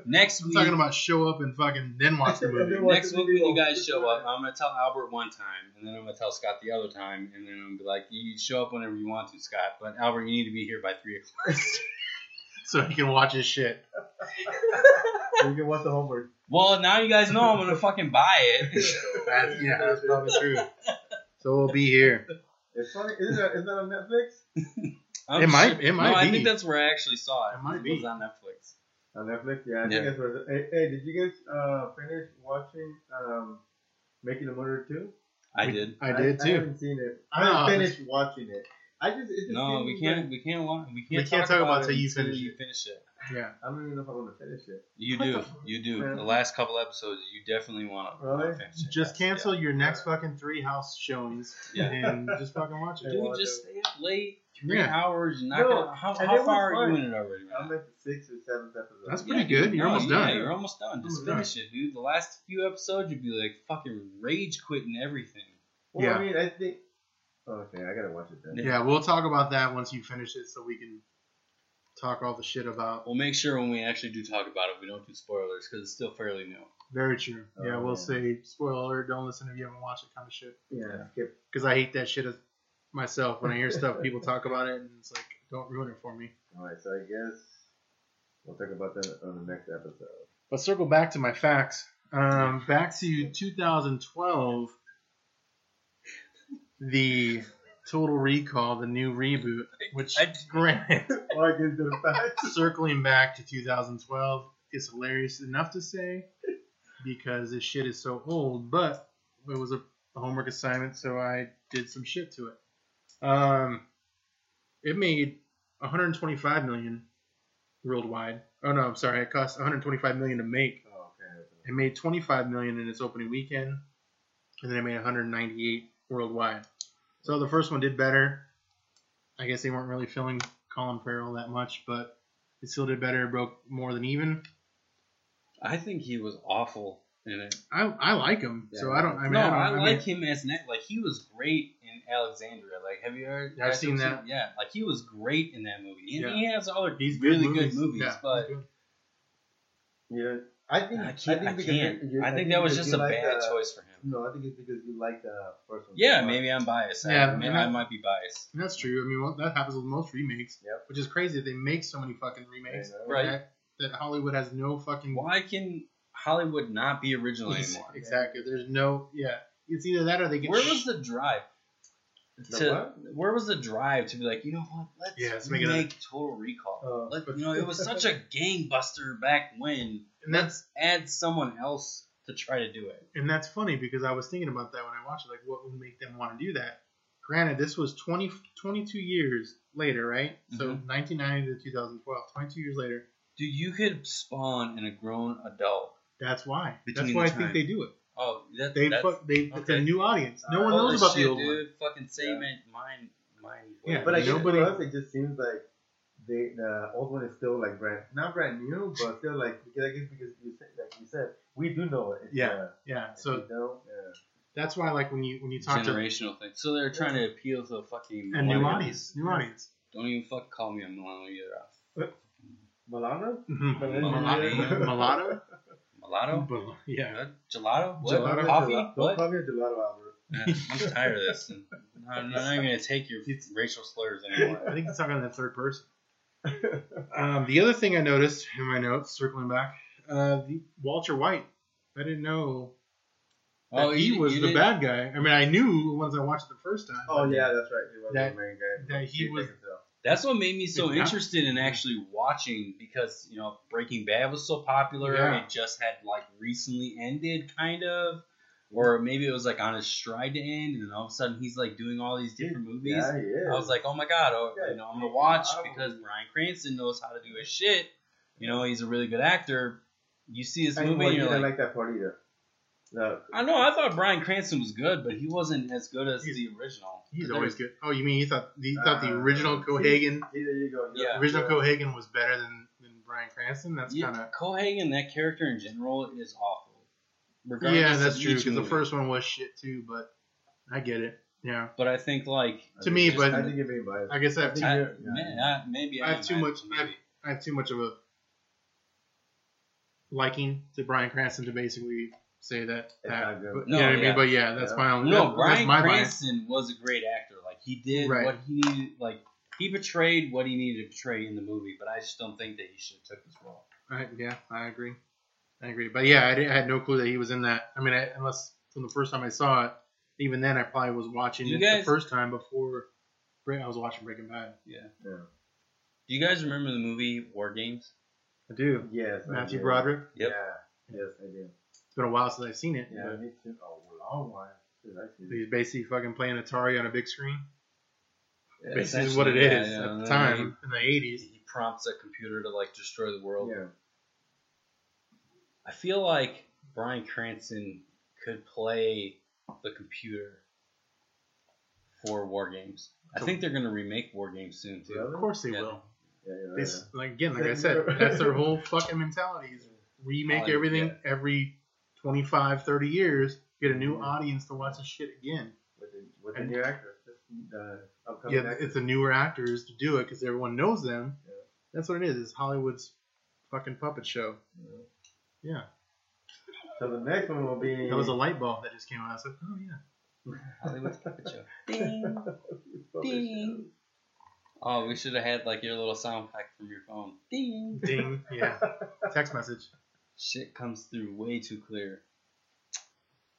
Speaker 2: next
Speaker 3: I'm
Speaker 2: week,
Speaker 3: talking about show up and fucking then watch the movie.
Speaker 4: Then watch
Speaker 2: next
Speaker 4: the
Speaker 2: week
Speaker 4: movie
Speaker 2: when you guys
Speaker 4: on Christmas
Speaker 2: show up,
Speaker 4: night.
Speaker 2: I'm gonna tell Albert one time, and then I'm gonna tell Scott the other time, and then I'm gonna be like, you show up whenever you want to, Scott, but Albert, you need to be here by three o'clock.
Speaker 3: so he can watch his shit.
Speaker 4: you can watch the homework.
Speaker 2: Well, now you guys know I'm gonna fucking buy it.
Speaker 3: That's, yeah, that's probably true. So we'll be here.
Speaker 4: It's funny. Isn't that, isn't that on Netflix?
Speaker 2: I'm
Speaker 3: It might-
Speaker 2: sure-
Speaker 3: it might
Speaker 2: No, I
Speaker 3: be.
Speaker 2: think that's where I actually saw it.
Speaker 3: It might
Speaker 2: It was
Speaker 3: be.
Speaker 2: on Netflix.
Speaker 4: On Netflix, yeah. I
Speaker 2: Yeah.
Speaker 4: think that's what. it- Hey, hey, did you guys uh, finish watching um, Making a Murder too?
Speaker 2: I did.
Speaker 3: I did
Speaker 4: I
Speaker 3: too. Ah.
Speaker 4: haven't seen it.
Speaker 3: I
Speaker 4: I haven't
Speaker 3: know.
Speaker 4: finished watching it. I just it just
Speaker 2: No,
Speaker 4: seems
Speaker 2: we can't. We can't. wa- We can't.
Speaker 3: We can't talk about
Speaker 2: it
Speaker 3: till you
Speaker 2: until
Speaker 3: finish
Speaker 2: you
Speaker 3: it.
Speaker 2: finish it.
Speaker 3: Yeah.
Speaker 4: Like, I don't even know if I'm gonna finish it.
Speaker 2: You
Speaker 4: What
Speaker 2: do.
Speaker 4: the-
Speaker 2: You do.
Speaker 4: Man.
Speaker 2: The last couple episodes, you definitely want to
Speaker 4: Really?
Speaker 2: finish it.
Speaker 3: Just cancel your next fucking three house showings
Speaker 2: Yeah.
Speaker 3: and just fucking watch it.
Speaker 2: Dude, just stay up late. Three
Speaker 3: Yeah.
Speaker 2: hours. You're not
Speaker 4: No,
Speaker 2: gonna, how
Speaker 4: and it
Speaker 2: how
Speaker 4: was
Speaker 2: far are you
Speaker 4: fun.
Speaker 2: in it already? man?
Speaker 4: I'm at the sixth or seventh episode.
Speaker 3: That's pretty good. You're
Speaker 2: no,
Speaker 3: almost
Speaker 2: yeah,
Speaker 3: done.
Speaker 2: You're almost done. Just
Speaker 3: Almost done.
Speaker 2: finish it, dude. The last few episodes, you'd be like fucking rage quitting everything.
Speaker 4: well,
Speaker 3: yeah.
Speaker 4: I mean, I think. Oh, okay, I gotta watch it then.
Speaker 3: Yeah, we'll talk about that once you finish it so we can talk all the shit about.
Speaker 2: We'll make sure when we actually do talk about it, we don't do spoilers because it's still fairly new.
Speaker 3: Very true. Yeah,
Speaker 4: Oh,
Speaker 3: we'll
Speaker 4: yeah.
Speaker 3: say spoiler alert, don't listen if you haven't watched it kind of shit.
Speaker 4: Yeah, skip.
Speaker 3: Because I hate that shit as myself when I hear stuff, people talk about it, and it's like, don't ruin it for me.
Speaker 4: All right, so I guess we'll talk about that on the next episode.
Speaker 3: But circle back to my facts. Um, back to 2012, the Total Recall, the new reboot, which
Speaker 2: I-
Speaker 3: granted,
Speaker 4: Well, I did the fact.
Speaker 3: circling back to 2012 is hilarious enough to say because this shit is so old, but it was a homework assignment, so I did some shit to it. Um, it made 125 million worldwide. Oh no, I'm sorry, it cost 125 million to make.
Speaker 4: Oh, okay.
Speaker 3: It made 25 million in its opening weekend, and then it made 198 worldwide. So the first one did better. I guess they weren't really feeling Colin Farrell that much, but it still did better. It broke more than even.
Speaker 2: I think he was awful in it.
Speaker 3: I, I like him, so I don't. I mean,
Speaker 2: no,
Speaker 3: I, don't,
Speaker 2: I,
Speaker 3: mean,
Speaker 2: like him as net. Like he was great in Alexandria. Like have you ever?
Speaker 3: I've seen
Speaker 2: actually
Speaker 3: that.
Speaker 2: Yeah, like he was great in that movie. And
Speaker 3: Yeah.
Speaker 2: he has other
Speaker 3: He's
Speaker 2: really good movies,
Speaker 3: Yeah,
Speaker 2: but
Speaker 3: he's good.
Speaker 4: Yeah, I think
Speaker 2: I can't. I,
Speaker 4: think because
Speaker 2: can't.
Speaker 4: you-
Speaker 2: I think that was
Speaker 4: because you
Speaker 2: just a
Speaker 4: like
Speaker 2: bad
Speaker 4: the-
Speaker 2: choice for him.
Speaker 4: No, I think it's because you like the first one.
Speaker 2: uh, Yeah, maybe I'm biased.
Speaker 3: Yeah,
Speaker 2: I, maybe
Speaker 3: and
Speaker 2: I
Speaker 3: I-
Speaker 2: might be biased.
Speaker 3: And that's true. I mean, well, that happens with most remakes,
Speaker 4: Yep.
Speaker 3: which is crazy. that They make so many fucking remakes
Speaker 4: Yeah,
Speaker 2: Right.
Speaker 3: that, that Hollywood has no fucking
Speaker 2: Why can Hollywood not be original
Speaker 3: Ex-
Speaker 2: anymore?
Speaker 3: Exactly. There's no. Yeah. It's either that or they get.
Speaker 2: Where
Speaker 3: sh-
Speaker 2: was the drive?
Speaker 4: The
Speaker 2: To, where was the drive to be like, you know what? Let's,
Speaker 3: Yeah, let's make
Speaker 2: make,
Speaker 3: it a-
Speaker 2: Total Recall.
Speaker 4: Oh.
Speaker 2: Let- you know, it was such a gangbuster back when.
Speaker 3: and that's
Speaker 2: add someone else to try to do it.
Speaker 3: And that's funny because I was thinking about that when I watched it. Like, what would make them want to do that? Granted, this was 20, 22 years later, right? So
Speaker 2: Mm-hmm.
Speaker 3: 1990 to 2012, 22 years later.
Speaker 2: Dude, you could spawn in a grown adult.
Speaker 3: That's why.
Speaker 2: Between
Speaker 3: that's why
Speaker 2: the
Speaker 3: I think
Speaker 2: time.
Speaker 3: they do it.
Speaker 2: Oh, that,
Speaker 3: They
Speaker 2: that's
Speaker 3: put, they it's a
Speaker 2: okay.
Speaker 3: new audience. No one
Speaker 2: holy
Speaker 3: knows about
Speaker 2: shit,
Speaker 3: the old
Speaker 2: dude.
Speaker 3: one.
Speaker 2: Fucking say
Speaker 4: Yeah.
Speaker 2: man, mine, mine.
Speaker 3: Yeah,
Speaker 4: But I guess
Speaker 3: Nobody-
Speaker 4: for us, it just seems like they, the old one is still like brand, not brand new, but still like because I guess because you said, like you said, we do know it. It's,
Speaker 3: Yeah.
Speaker 4: Uh,
Speaker 3: Yeah.
Speaker 4: if
Speaker 3: So
Speaker 4: you don't, yeah.
Speaker 3: that's why, like, when you when you talk to
Speaker 2: generational thing. So they're trying to appeal to a fucking
Speaker 3: a new
Speaker 2: millennial.
Speaker 3: audience, new audience.
Speaker 2: Don't even fuck call me a millennial either.
Speaker 4: Milano?
Speaker 2: Millennial.
Speaker 3: Mm-hmm. Mulatto.
Speaker 2: Mulatto?
Speaker 3: Bul- Yeah.
Speaker 2: Gelato? What?
Speaker 3: Gelato.
Speaker 2: Coffee?
Speaker 4: Gelato. Don't
Speaker 2: What?
Speaker 4: call me a gelato, Albert.
Speaker 2: Yeah, I'm tired of this. I'm not even gonna take your racial slurs anymore.
Speaker 3: I think it's talking in the third person. um, the other thing I noticed in my notes, circling back, uh, the Walter White. I didn't know that he
Speaker 2: Oh, you-
Speaker 3: was
Speaker 2: you
Speaker 3: the
Speaker 2: didn't-
Speaker 3: bad guy. I mean, I knew once I watched it the first time.
Speaker 4: Oh yeah, that's right. He was
Speaker 3: That-
Speaker 4: the main guy.
Speaker 3: that he was-
Speaker 2: That's what made me so
Speaker 3: Yeah.
Speaker 2: interested in actually watching because you know Breaking Bad was so popular.
Speaker 3: Yeah.
Speaker 2: It just had like recently ended, kind of, or maybe it was like on his stride to end, and then all of a sudden he's like doing all these different movies.
Speaker 4: Yeah, he is.
Speaker 2: I was like, oh my god, oh,
Speaker 4: Yeah,
Speaker 2: you know, I'm gonna
Speaker 4: he's
Speaker 2: watch
Speaker 4: awesome.
Speaker 2: because Brian Cranston knows how to do his shit. You know, he's a really good actor. You see his
Speaker 4: I
Speaker 2: movie, and
Speaker 4: didn't
Speaker 2: you're
Speaker 4: like,
Speaker 2: like,
Speaker 4: that part either. No,
Speaker 2: I know. I thought Brian Cranston was good, but he wasn't as good as
Speaker 3: He's-
Speaker 2: the original.
Speaker 3: He's
Speaker 2: But
Speaker 3: always good. Oh, you mean you thought you thought the
Speaker 4: Uh,
Speaker 3: original Cohagen,
Speaker 4: either you go. you
Speaker 2: Yeah.
Speaker 4: go-
Speaker 3: the original Cohagen was better than, than Brian Cranston? That's
Speaker 2: yeah,
Speaker 3: kind of
Speaker 2: Cohagen, that character in general is awful. Regardless
Speaker 3: yeah,
Speaker 2: of
Speaker 3: that's true.
Speaker 2: each
Speaker 3: Because the
Speaker 2: movie.
Speaker 3: first one was shit too, but I get it. Yeah,
Speaker 2: but I think like
Speaker 3: to me,
Speaker 2: Just-
Speaker 3: but
Speaker 4: I think it made biased.
Speaker 3: I guess I have
Speaker 4: I
Speaker 3: too,
Speaker 4: think-
Speaker 2: I,
Speaker 4: Yeah.
Speaker 2: man, I- maybe
Speaker 3: I
Speaker 2: I
Speaker 3: have
Speaker 2: am
Speaker 3: too much-
Speaker 2: actually, maybe.
Speaker 3: I have too much of a liking to Brian Cranston to basically say that.
Speaker 4: It's
Speaker 3: that
Speaker 4: not good.
Speaker 3: but,
Speaker 2: No,
Speaker 3: you know what I
Speaker 2: yeah.
Speaker 3: mean? But yeah, that's
Speaker 4: Yeah.
Speaker 3: my only.
Speaker 2: No,
Speaker 3: that- that's
Speaker 2: Brian
Speaker 3: my bias.
Speaker 2: Cranston was a great actor. Like he did
Speaker 3: Right.
Speaker 2: what he needed. Like he portrayed what he needed to portray in the movie. But I just don't think that he should have took this role.
Speaker 3: I, yeah, I agree. I agree. But yeah, I, didn't- I had no clue that he was in that. I mean, I, unless from the first time I saw it, even then I probably was watching
Speaker 2: You
Speaker 3: it
Speaker 2: guys-
Speaker 3: the first time before Bre- I was watching Breaking Bad.
Speaker 4: Yeah.
Speaker 2: Do you guys remember the movie War Games?
Speaker 3: I do.
Speaker 4: Yes. I
Speaker 3: Matthew
Speaker 4: do.
Speaker 3: Broderick.
Speaker 2: Yep.
Speaker 4: Yeah. Yes, I do.
Speaker 3: It's been a while since I've seen it.
Speaker 4: Yeah, me too. Oh, A long while. since I've
Speaker 3: but
Speaker 4: seen it.
Speaker 3: He's basically fucking playing Atari on a big screen.
Speaker 2: Yeah,
Speaker 3: Basically, is what it
Speaker 2: essentially, yeah,
Speaker 3: is
Speaker 2: yeah.
Speaker 3: at
Speaker 2: And
Speaker 3: the
Speaker 2: then
Speaker 3: time in the
Speaker 2: He,
Speaker 3: '80s.
Speaker 2: he prompts a computer to like destroy the world.
Speaker 4: Yeah.
Speaker 2: I feel like Brian Cranston could play the computer for War Games. I think they're gonna remake War Games soon too.
Speaker 4: Really?
Speaker 3: Of course they
Speaker 2: Yeah.
Speaker 3: will.
Speaker 4: Yeah, you're right.
Speaker 3: They, s- like, again, like I said, that's their whole fucking mentality is remake
Speaker 2: Oh, yeah.
Speaker 3: everything every 25, 30 years, get a new
Speaker 4: Mhm.
Speaker 3: audience to watch the shit again.
Speaker 4: With the, with the new actress. The upcoming
Speaker 3: yeah,
Speaker 4: actress.
Speaker 3: it's the newer actors to do it because everyone knows them.
Speaker 4: Yeah.
Speaker 3: That's what it is. It's Hollywood's fucking puppet show. Yeah,
Speaker 4: So the next one will be.
Speaker 3: that was a light bulb that just came out. I was like, oh yeah.
Speaker 2: Hollywood's puppet show. Ding, ding.
Speaker 4: Ding.
Speaker 2: Oh, we should have had like your little sound effect from your phone. Ding.
Speaker 3: Ding. Yeah. Text message.
Speaker 2: Shit comes through way too clear.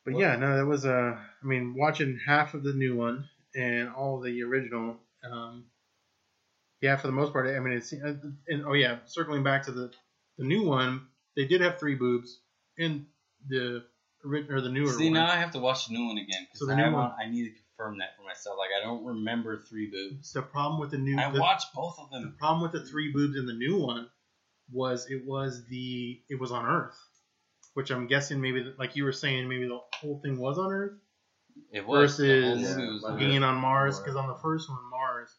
Speaker 3: But
Speaker 2: Well-
Speaker 3: yeah, no, that was Uh, I mean, watching half of the new one and all the original. Um, yeah, for the most part, I mean, it's uh, and oh yeah, circling back to the the new one, they did have three boobs in the ori- or the newer
Speaker 2: See,
Speaker 3: one.
Speaker 2: now I have to watch the new one again because
Speaker 3: So the
Speaker 2: I,
Speaker 3: new
Speaker 2: want- I need to confirm that for myself. Like, I don't remember Three Boobs.
Speaker 3: the problem with the new
Speaker 2: I
Speaker 3: the-
Speaker 2: watched both of
Speaker 3: the
Speaker 2: them.
Speaker 3: problem with the three boobs in the new one was it was the it was on Earth, which I'm guessing maybe the- like you were saying maybe the whole thing was on Earth
Speaker 2: It was. the whole
Speaker 3: Versus-
Speaker 2: movie was
Speaker 4: Yeah.
Speaker 2: on
Speaker 3: being on Mars
Speaker 4: Mars.
Speaker 3: because on the first one Mars,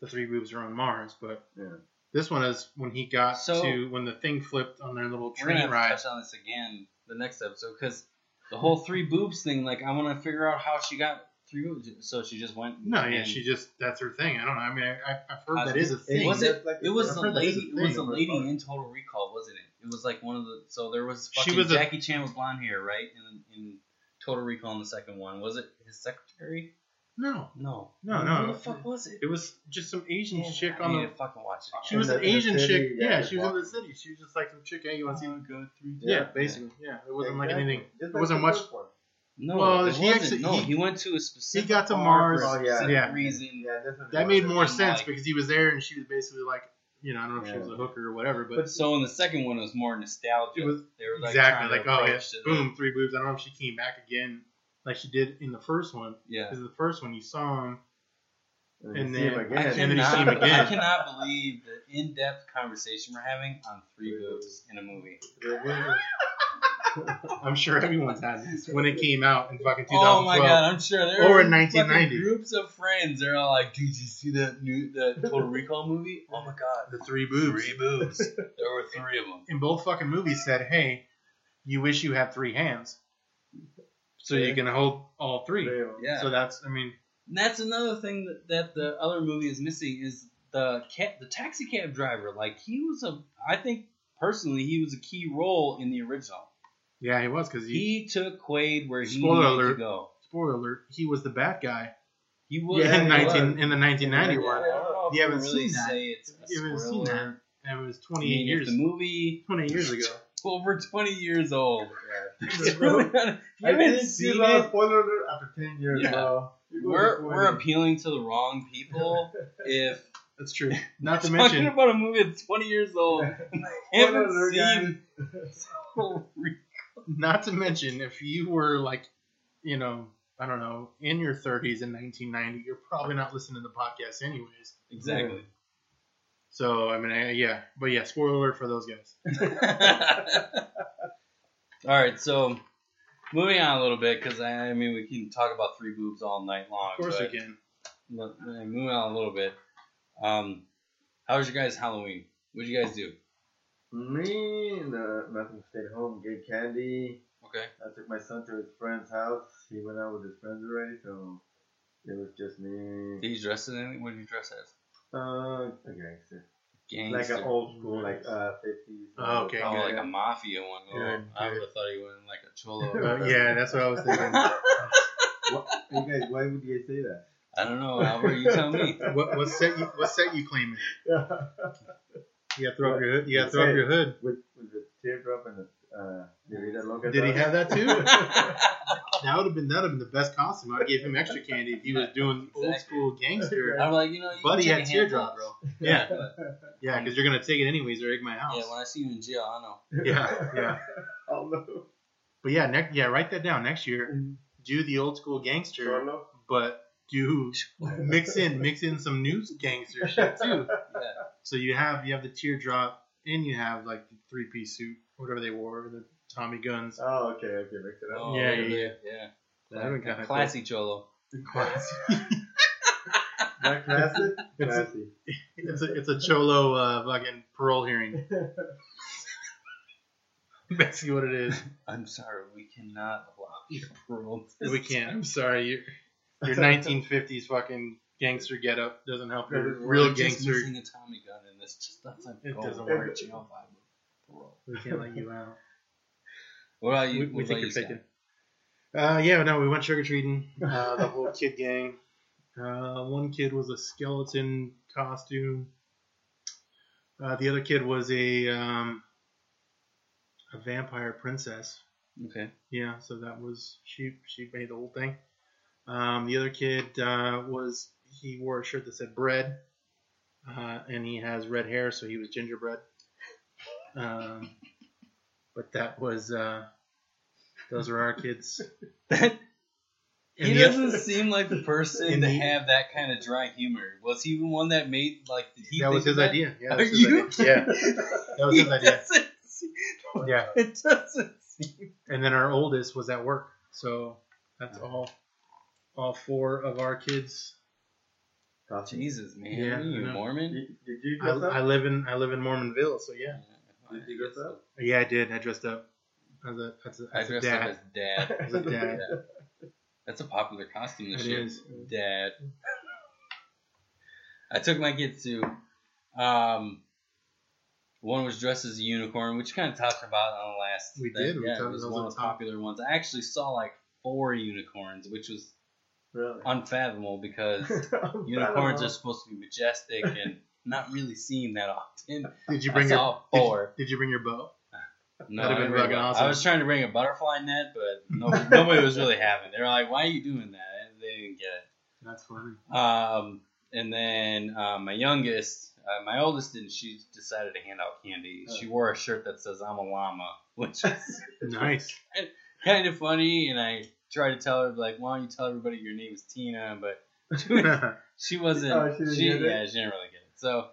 Speaker 3: the three boobs are on Mars, but
Speaker 4: Yeah.
Speaker 3: this one is when he got
Speaker 2: So-
Speaker 3: to when the thing flipped on their little
Speaker 2: We're gonna
Speaker 3: train
Speaker 2: have to
Speaker 3: ride.
Speaker 2: touch on this again the next episode because the whole three boobs thing. Like, I want to figure out how she got three boobs. So she just went.
Speaker 3: No, yeah,
Speaker 2: and-
Speaker 3: she just that's her thing. I don't know. I mean, I, I, I've heard
Speaker 2: I
Speaker 3: that
Speaker 2: was-
Speaker 3: is a thing.
Speaker 2: was it? It was
Speaker 3: I've
Speaker 2: the
Speaker 3: heard that is
Speaker 2: lady.
Speaker 3: a
Speaker 2: It was
Speaker 3: thing.
Speaker 2: the lady in Total Recall, wasn't it? It was like one of the. So there was
Speaker 3: She
Speaker 2: fucking
Speaker 3: was a-
Speaker 2: Jackie Chan with blonde hair, right? In, in Total Recall, in the second one, was it his secretary?
Speaker 3: No,
Speaker 2: No.
Speaker 3: No,
Speaker 2: Who
Speaker 3: no.
Speaker 2: the fuck was it?
Speaker 3: it was just some Asian
Speaker 2: Yeah,
Speaker 3: chick
Speaker 2: I
Speaker 3: on
Speaker 2: need
Speaker 3: the.
Speaker 2: to fucking watch it.
Speaker 3: She
Speaker 4: In
Speaker 3: was
Speaker 4: the-
Speaker 3: an
Speaker 4: in the
Speaker 3: Asian
Speaker 4: city,
Speaker 3: chick.
Speaker 4: yeah,
Speaker 3: Yeah,
Speaker 4: just
Speaker 3: she was in the
Speaker 4: walking.
Speaker 3: city. She was just like some chick. Hey, you want to see?
Speaker 2: wanna go through
Speaker 3: Yeah,
Speaker 4: Yeah.
Speaker 3: basically. Yeah, it wasn't like
Speaker 4: Exactly.
Speaker 3: anything.
Speaker 4: Just
Speaker 3: It
Speaker 4: like
Speaker 3: wasn't
Speaker 4: the
Speaker 3: much.
Speaker 4: first one.
Speaker 2: No,
Speaker 3: Well,
Speaker 2: it
Speaker 3: he
Speaker 2: wasn't.
Speaker 3: actually-
Speaker 2: no,
Speaker 3: he-
Speaker 2: he, went to a specific.
Speaker 3: got to
Speaker 2: bar for
Speaker 3: Mars.
Speaker 2: a
Speaker 4: Oh, yeah.
Speaker 2: specific
Speaker 3: Yeah.
Speaker 2: Reason.
Speaker 4: Yeah, this one.
Speaker 3: That made more
Speaker 2: And,
Speaker 3: sense
Speaker 2: like-
Speaker 3: because he was there and she was basically like, you know, I don't know if she
Speaker 4: Yeah.
Speaker 3: was a hooker or whatever, but,
Speaker 2: But so in the second one, it was more nostalgia.
Speaker 3: It was-
Speaker 2: they were like
Speaker 3: exactly
Speaker 2: trying
Speaker 3: like,
Speaker 2: to
Speaker 3: oh yeah,
Speaker 2: approach to the-
Speaker 3: boom, three boobs. I don't know if she came back again like she did in the first one
Speaker 2: Yeah.
Speaker 3: because the first one you saw him.
Speaker 4: you
Speaker 3: and
Speaker 4: see him
Speaker 3: then-
Speaker 4: again.
Speaker 3: and then you see him
Speaker 2: cannot-
Speaker 3: again.
Speaker 2: I cannot believe the in-depth conversation we're having on three boobs in a movie.
Speaker 3: I'm sure everyone's had this when it came out in fucking 2012.
Speaker 2: Oh my god, I'm sure there
Speaker 3: Or
Speaker 2: were
Speaker 3: in 1990.
Speaker 2: fucking groups of friends. They're all like, "Dude, did you see that new that Total Recall movie? Oh my god,
Speaker 3: The three boobs
Speaker 2: three boobs. there were three of them.
Speaker 3: in both fucking movies said, hey, you wish you had three hands so you can hold all three.
Speaker 2: Yeah,
Speaker 3: So that's, I mean,
Speaker 2: And that's another thing that, that the other movie is missing is the cat, the taxi cab driver. Like he was a, I think personally, he was a key role in the original.
Speaker 3: yeah, he was because he,
Speaker 2: He took Quaid where he
Speaker 3: Spoiler
Speaker 2: needed
Speaker 3: alert.
Speaker 2: to go.
Speaker 3: spoiler alert, he was the bad guy
Speaker 2: He was
Speaker 4: Yeah,
Speaker 3: in
Speaker 4: he
Speaker 3: 19
Speaker 4: was.
Speaker 3: in the 1990
Speaker 2: Yeah, I
Speaker 3: war.
Speaker 2: don't know if
Speaker 3: You
Speaker 2: I
Speaker 3: haven't
Speaker 2: really
Speaker 3: seen that.
Speaker 2: Say it's a
Speaker 3: You haven't seen
Speaker 2: spoiler.
Speaker 3: that. That was
Speaker 2: I
Speaker 3: 28
Speaker 2: mean, if
Speaker 3: years.
Speaker 2: the movie
Speaker 3: 20 years ago.
Speaker 2: over 20 years old. It's
Speaker 4: Bro,
Speaker 2: really not- you
Speaker 4: I
Speaker 2: haven't
Speaker 4: didn't see
Speaker 2: seen
Speaker 4: that
Speaker 2: it.
Speaker 4: spoiler alert after 10 years,
Speaker 2: Yeah.
Speaker 4: bro. It was
Speaker 2: We're,
Speaker 4: before
Speaker 2: we're
Speaker 4: you.
Speaker 2: appealing to the wrong people if
Speaker 3: That's true. Not to
Speaker 2: talking
Speaker 3: mention,
Speaker 2: about a movie that's 20 years old. I
Speaker 4: Spoiler alert,
Speaker 2: haven't
Speaker 4: guys.
Speaker 2: seen Total Recall.
Speaker 3: not to mention, if you were like, you know, I don't know, in your 30s in 1990, you're probably not listening to the podcast anyways.
Speaker 2: Exactly.
Speaker 3: So I mean, I, yeah, but yeah, spoiler alert for those guys.
Speaker 2: all right, so moving on a little bit because I, I mean we can talk about three boobs all night long.
Speaker 3: Of course
Speaker 2: but
Speaker 3: we can.
Speaker 2: Look, uh, moving on a little bit. Um, how was your guys' Halloween? What did you guys do?
Speaker 4: Me, no, nothing. Stayed home, gave candy.
Speaker 2: Okay.
Speaker 4: I took my son to his friend's house. He went out with his friends already, so it was just
Speaker 2: Did
Speaker 4: me.
Speaker 2: you dress as anything? What did you dress as?
Speaker 4: Uh, a gangster. Like
Speaker 2: Gangster.
Speaker 4: an old school, like uh, 50s.
Speaker 3: Oh, okay.
Speaker 2: oh,
Speaker 3: yeah,
Speaker 2: like
Speaker 4: yeah.
Speaker 2: a mafia one. Oh,
Speaker 3: Good,
Speaker 2: I would
Speaker 3: good.
Speaker 2: have thought he went in like a cholo.
Speaker 3: Uh, yeah, that's what I was thinking.
Speaker 4: Hey guys, why would you guys say that?
Speaker 2: I don't know, Albert. You tell me.
Speaker 3: what, what set you? What set you claiming? You gotta throw up your hood. You gotta
Speaker 4: That's
Speaker 3: throw up
Speaker 4: it.
Speaker 3: your hood.
Speaker 4: with, with the teardrop and the uh, Dorita logo.
Speaker 3: Did he have that too?
Speaker 2: Exactly.
Speaker 3: That would have been that would have been the best costume. I'd give him extra candy if he was doing old school gangster.
Speaker 2: I'm like, you know, you
Speaker 3: Buddy
Speaker 2: can
Speaker 3: had
Speaker 2: take a handful,
Speaker 3: teardrop, Yeah, yeah, because you're gonna take it anyways or egg my
Speaker 2: Yeah,
Speaker 3: house.
Speaker 2: when I see you in jail, I know.
Speaker 3: Yeah, yeah.
Speaker 4: Oh no.
Speaker 3: But yeah, next yeah, write that down next year. Do the old school gangster,
Speaker 4: Cholo?
Speaker 3: but do mix in mix in some new gangster shit too.
Speaker 2: Yeah.
Speaker 3: So you have you have the teardrop and you have like the three piece suit, whatever they wore, the Tommy guns.
Speaker 4: Oh, okay, okay, mix it up.
Speaker 2: Oh,
Speaker 3: Yeah,
Speaker 2: really?
Speaker 3: yeah,
Speaker 2: yeah.
Speaker 3: That would've been kinda cool.
Speaker 2: Classy Cholo.
Speaker 4: Black classic?
Speaker 3: It's,
Speaker 4: Classy.
Speaker 3: it's a it's a cholo uh, fucking parole hearing. Basically, what it is.
Speaker 2: I'm sorry, we cannot allow your parole.
Speaker 3: We can't. I'm sorry. Your your 1950s fucking gangster getup doesn't help your
Speaker 4: We're
Speaker 3: real
Speaker 2: We're just
Speaker 3: gangster.
Speaker 2: missing a Tommy gun, and this just doesn't
Speaker 3: It
Speaker 2: go
Speaker 3: doesn't
Speaker 2: with
Speaker 4: work.
Speaker 2: Jail vibe. Parole.
Speaker 3: We can't let you out.
Speaker 2: What about you?
Speaker 3: We,
Speaker 2: what
Speaker 3: we think
Speaker 2: about
Speaker 3: you're
Speaker 2: you, Scott?
Speaker 3: faking. Uh, yeah, no, we went trick or treating. Uh, the whole kid gang. Uh, one kid was a skeleton costume. Uh, the other kid was a um, a vampire princess.
Speaker 2: Okay.
Speaker 3: Yeah, so that was she. She made the whole thing. Um, the other kid uh, was he wore a shirt that said bread, uh, and he has red hair, so he was gingerbread. Um, but that was uh, those are our kids.
Speaker 2: He
Speaker 3: And the
Speaker 2: doesn't
Speaker 3: oth-
Speaker 2: seem like the person
Speaker 3: And
Speaker 2: to
Speaker 3: the-
Speaker 2: have that kind of dry humor. Was he the one that made like? Did he
Speaker 3: that was
Speaker 2: think
Speaker 3: his
Speaker 2: of
Speaker 3: idea. Yeah, that
Speaker 2: Are
Speaker 3: was his
Speaker 2: you?
Speaker 3: idea. Yeah, that was
Speaker 2: He
Speaker 3: his idea.
Speaker 2: doesn't seem-
Speaker 3: Yeah,
Speaker 2: It doesn't seem.
Speaker 3: and then our oldest was at work, so that's all. All four of our kids.
Speaker 4: Costume.
Speaker 2: Jesus, man.
Speaker 3: Yeah,
Speaker 2: Are you
Speaker 3: I know.
Speaker 2: Mormon?
Speaker 4: Did, did you
Speaker 3: I,
Speaker 4: dress up?
Speaker 3: I live in I live in Mormonville, so yeah.
Speaker 2: I
Speaker 4: Did you dress
Speaker 2: guess-
Speaker 4: up?
Speaker 3: Yeah, I did. I dressed up as a as a,
Speaker 2: I
Speaker 3: as a
Speaker 2: dressed
Speaker 3: dad.
Speaker 2: up as dad.
Speaker 3: as a dad.
Speaker 2: Yeah. That's a popular costume this
Speaker 3: It
Speaker 2: year.
Speaker 3: is.
Speaker 2: Dad. I took my kids to. Um, one was dressed as a unicorn, which you kind of talked about on the last.
Speaker 3: We
Speaker 2: thing.
Speaker 3: did. We
Speaker 2: Yeah,
Speaker 3: talked-
Speaker 2: it was
Speaker 3: those
Speaker 2: one
Speaker 3: are
Speaker 2: of the
Speaker 3: the top-
Speaker 2: popular ones. I actually saw like four unicorns, which was
Speaker 4: Really?
Speaker 2: unfathomable because unicorns are supposed to be majestic and not really seen that often.
Speaker 3: Did you
Speaker 2: I
Speaker 3: bring your
Speaker 2: saw four.
Speaker 3: Did you bring your bow?
Speaker 2: No,
Speaker 3: That'd have
Speaker 2: I
Speaker 3: been
Speaker 2: bring-
Speaker 3: fucking awesome.
Speaker 2: I was trying to bring a butterfly net, but no, nobody was really having. it. They were like, "Why are you doing that?" And They didn't get it.
Speaker 3: That's funny.
Speaker 2: Um, and then uh, my youngest, uh, my oldest, didn't. She decided to hand out candy.
Speaker 3: Oh.
Speaker 2: She wore a shirt that says "I'm a llama," which is
Speaker 3: Nice.
Speaker 2: kind of funny. And I tried to tell her like, "Why don't you tell everybody your name is Tina?" But
Speaker 3: Huh.
Speaker 2: she wasn't.
Speaker 4: Oh, she
Speaker 2: she,
Speaker 4: didn't get it?
Speaker 2: yeah, she didn't really get it. So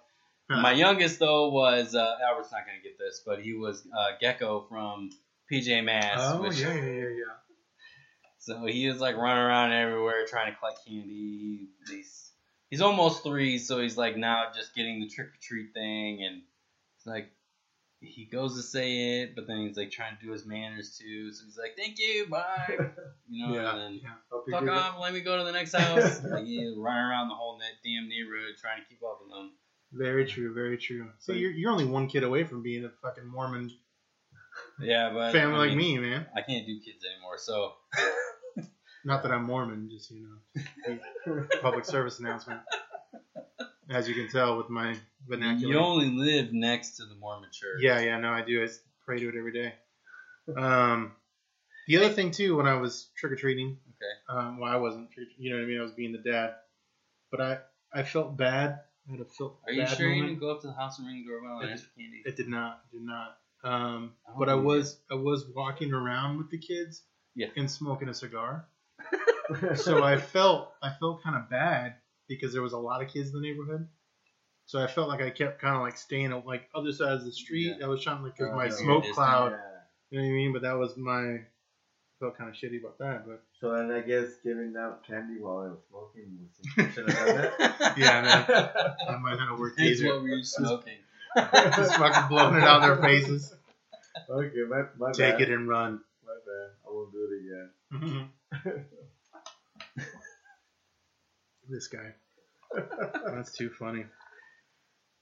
Speaker 2: my youngest though was uh, Albert's not gonna get this, but he was uh, Gecko from PJ Masks.
Speaker 3: oh
Speaker 2: which,
Speaker 3: yeah, yeah, yeah, yeah.
Speaker 2: So he is like running around everywhere trying to collect candy. He's he's almost three, so he's like now just getting the trick or treat thing, and it's like he goes to say it, but then he's like trying to do his manners too. So he's like, "Thank you, bye," you know,
Speaker 3: yeah,
Speaker 2: and then
Speaker 3: yeah.
Speaker 4: Hope you
Speaker 2: fuck
Speaker 4: did it.
Speaker 2: off, let me go to the next house. like he's running around the whole net damn neighborhood trying to keep up with them.
Speaker 3: Very true. Very true. So you're you're only one kid away from being a fucking Mormon
Speaker 2: Yeah, but
Speaker 3: family
Speaker 2: I
Speaker 3: like
Speaker 2: mean,
Speaker 3: me, man.
Speaker 2: I can't do kids anymore. So
Speaker 3: Not that I'm Mormon, just you know, public service announcement. As you can tell with my vernacular.
Speaker 2: you only live next to the Mormon church.
Speaker 3: Yeah, yeah, no, I do. I s- pray to it every day. Um, the other thing too, when I was trick or treating,
Speaker 2: Okay.
Speaker 3: um, well, I wasn't, trick- you know what I mean. I was being the dad, but I, I felt bad. I had a felt.
Speaker 2: Are you
Speaker 3: bad
Speaker 2: sure you
Speaker 3: moment.
Speaker 2: didn't go up to the house and ring the doorbell and
Speaker 3: I
Speaker 2: ask for candy?
Speaker 3: It did not, it did not. Um,
Speaker 2: I don't
Speaker 3: but I
Speaker 2: believe
Speaker 3: was, I was walking around with the kids,
Speaker 2: Yeah.
Speaker 3: and smoking a cigar. so I felt, I felt kind of bad because there was a lot of kids in the neighborhood. So I felt like I kept kind of like staying at like other sides of the street. I was trying to like 'cause
Speaker 4: Oh,
Speaker 3: my
Speaker 4: yeah.
Speaker 3: smoke
Speaker 2: Distance.
Speaker 3: cloud
Speaker 4: Yeah.
Speaker 3: you know what I mean? But that was my felt kind of shitty about that. But
Speaker 4: So and I guess giving out candy while I was smoking was some should have done
Speaker 3: yeah, man,
Speaker 4: that.
Speaker 3: that might not have worked
Speaker 2: That's
Speaker 3: either.
Speaker 2: what we were smoking.
Speaker 3: Just fucking blowing it out their faces.
Speaker 4: okay, my my
Speaker 3: Take
Speaker 4: bad.
Speaker 3: it and run.
Speaker 4: My bad. I won't do it again.
Speaker 3: this guy. That's too funny.